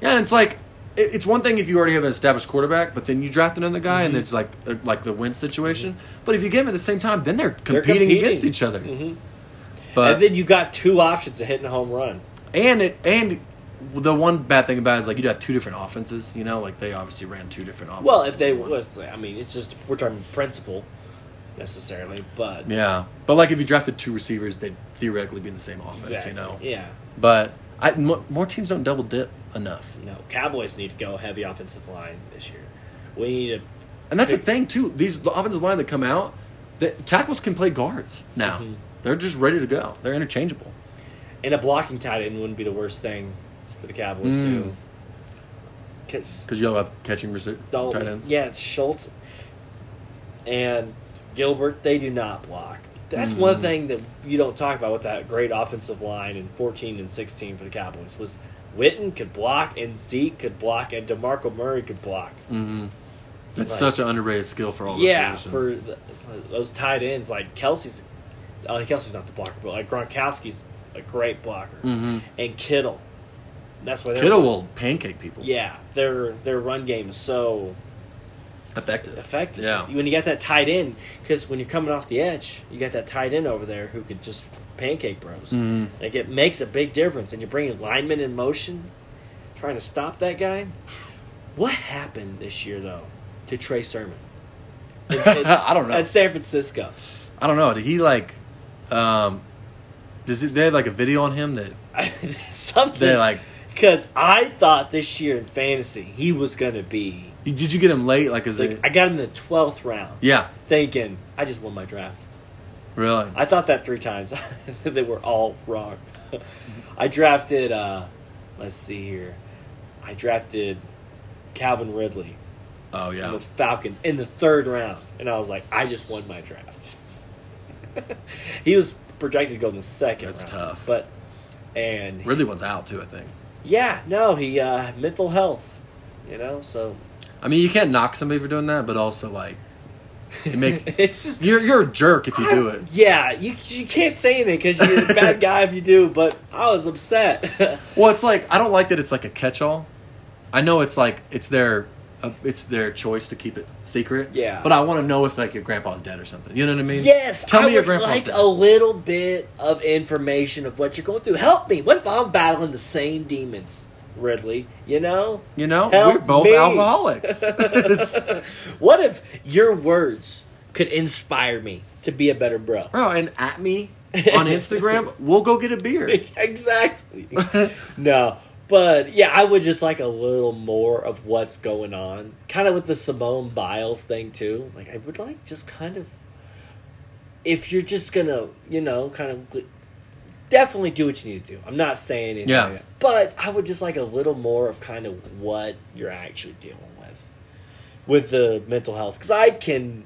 B: yeah. And it's like it- it's one thing if you already have an established quarterback, but then you draft another guy,
A: Mm-hmm.
B: and it's like uh, like the win situation. But if you get them at the same time, then they're competing,
A: They're competing.
B: against each other.
A: Mhm.
B: But
A: and then you got two options of hitting a home run.
B: And it, and the one bad thing about it is like you'd have two different offenses. You know, like they obviously ran two different offenses.
A: Well, if they was, I mean, it's just we're talking principle necessarily, but
B: yeah, but like if you drafted two receivers, they'd theoretically be in the same offense.
A: Exactly.
B: You know,
A: yeah,
B: but I, mo- more teams don't double dip enough,
A: no, Cowboys need to go heavy offensive line this year. We need to
B: and that's the thing too. These the offensive line that come out, the tackles can play guards now.
A: Mm-hmm.
B: They're just ready to go. They're interchangeable.
A: and a blocking tight end wouldn't be the worst thing for the Cowboys
B: Mm.
A: too. Because
B: Because you'll have catching rece- tight ends.
A: yeah, it's Schultz and Gilbert, they do not block. That's one
B: Hmm.
A: thing that you don't talk about with that great offensive line in 14 and 16 for the Cowboys was Witten could block and Zeke could block and DeMarco Murray could block.
B: that's
A: Right.
B: such an underrated skill for all. those
A: Yeah,
B: positions.
A: for th those tight ends, like Kelsey's, uh, Kelsey's not the blocker, but like Gronkowski's a great blocker,
B: Mhm.
A: and Kittle. That's why they're-
B: Kittle will pancake people.
A: Yeah, their their run game is so
B: effective.
A: effective.
B: Yeah.
A: when you got that tight end, because when you're coming off the edge, you got that tight end over there who could just pancake bros.
B: Mhm.
A: Like it makes a big difference, and you're bringing linemen in motion, trying to stop that guy. What happened this year though to Trey Sermon?
B: [laughs] I don't know.
A: At San Francisco. [laughs]
B: I don't know. Did he like? Um, does it, they had like a video on him that
A: something
B: they like?
A: because I thought this year in fantasy he was gonna be
B: Did you get him late? Like, is
A: like
B: it?
A: I got him in the twelfth round,
B: yeah,
A: thinking I just won my draft.
B: really.
A: I thought that three times. [laughs] they were all wrong. I drafted. uh Let's see here. I drafted Calvin Ridley
B: oh
A: and
B: yeah.
A: the Falcons in the third round, and I was like, I just won my draft. [laughs] he was projected to go in the second.
B: That's
A: round,
B: tough.
A: but and
B: Ridley one's out too. I think.
A: Yeah, no, he uh mental health, you know, so
B: I mean, you can't knock somebody for doing that, but also like, it makes
A: [laughs] it's just
B: you're you're a jerk if [laughs] you do it.
A: [laughs] Yeah, you you can't say anything because you're a
B: [laughs]
A: bad guy if you do. But I was upset. [laughs]
B: Well, it's like I don't like that it's like a catch-all. I know it's like it's their uh, it's their choice to keep it secret.
A: Yeah.
B: But I want to know if like your grandpa's dead or something. You know what I mean?
A: yes,
B: Tell
A: I
B: me your
A: would
B: grandpa's
A: like
B: dead.
A: a little bit of information of what you're going through. Help me. What if I'm battling the same demons, Ridley? You
B: [laughs]
A: know,
B: you know,
A: Help
B: we're both
A: me. [laughs]
B: alcoholics. [laughs]
A: what if your words could inspire me to be a better bro?
B: Bro, and at me on Instagram, we'll go get a beer.
A: [laughs] exactly. no, but yeah, I would just like a little more of what's going on. Kind of with the Simone Biles thing too. Like I would like just kind of if you're just gonna, you know, kind of definitely do what you need to do. I'm not saying anything,
B: Yeah.
A: like that. but I would just like a little more of kind of what you're actually dealing with with the mental health because I can.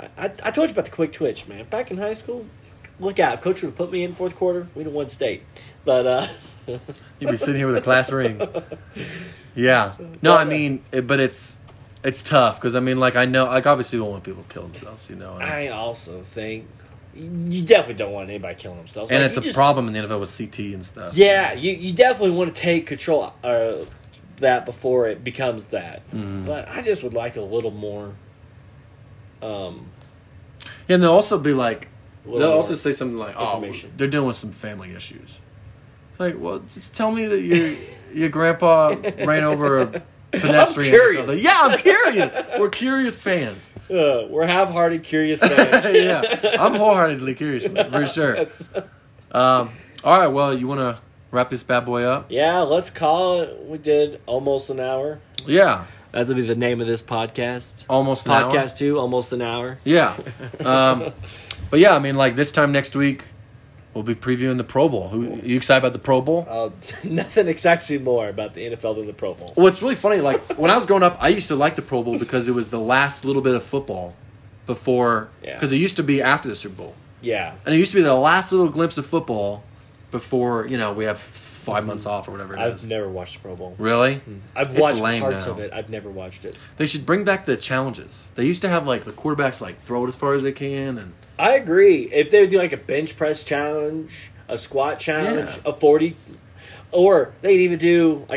A: I, I, I told you about the quick twitch, man. Back in high school, look out! If coach would have put me in fourth quarter, we'd have won state. But uh, [laughs]
B: You'd be sitting here with a class ring. Yeah. No, I mean, it, but it's it's tough because I mean, like I know, like obviously, we don't want people to kill themselves, you know, and,
A: I also think you definitely don't want anybody killing themselves.
B: and
A: Like,
B: it's
A: you
B: a
A: just-
B: problem in the NFL with CT and stuff.
A: Yeah, you you definitely want to take control uh, that before it becomes that.
B: Mm-hmm.
A: But I just would like a little more. Um,
B: and they'll also be like,
A: Little
B: they'll
A: more
B: also say something like, "Oh,
A: information.
B: they're dealing with some family issues." It's like, well, just tell me that your your
A: [laughs]
B: grandpa ran over a pedestrian. or
A: curious.
B: something. Yeah, I'm curious. We're curious fans. [laughs]
A: uh, we're half-hearted, curious fans.
B: yeah, I'm wholeheartedly curious
A: [laughs]
B: for sure. Um, all right, well, you want to wrap this bad boy up?
A: Yeah, let's call it. We did almost an hour.
B: Yeah,
A: That's gonna be the name of this podcast.
B: Almost an hour?
A: podcast two, almost an hour.
B: Yeah. Um, but yeah, I mean, like this time next week, we'll be previewing the Pro Bowl. Who you excited about the Pro Bowl?
A: Uh, [laughs] nothing excites me more about the NFL than the Pro Bowl.
B: Well, it's really funny. Like when I was growing up, I used to like the Pro Bowl because it was the last little bit of football before.
A: Yeah.
B: Because it used to be after the Super Bowl,
A: Yeah,
B: and it used to be the last little glimpse of football before you know we have 5 months off or whatever it is.
A: I've never watched the Pro Bowl.
B: really?
A: I've
B: It's
A: watched
B: lame
A: parts
B: now.
A: of it. I've never watched it.
B: They should bring back the challenges. They used to have like the quarterbacks like throw it as far as they can and
A: I agree. If they would do like a bench press challenge, a squat challenge,
B: Yeah.
A: a forty, or they'd even do like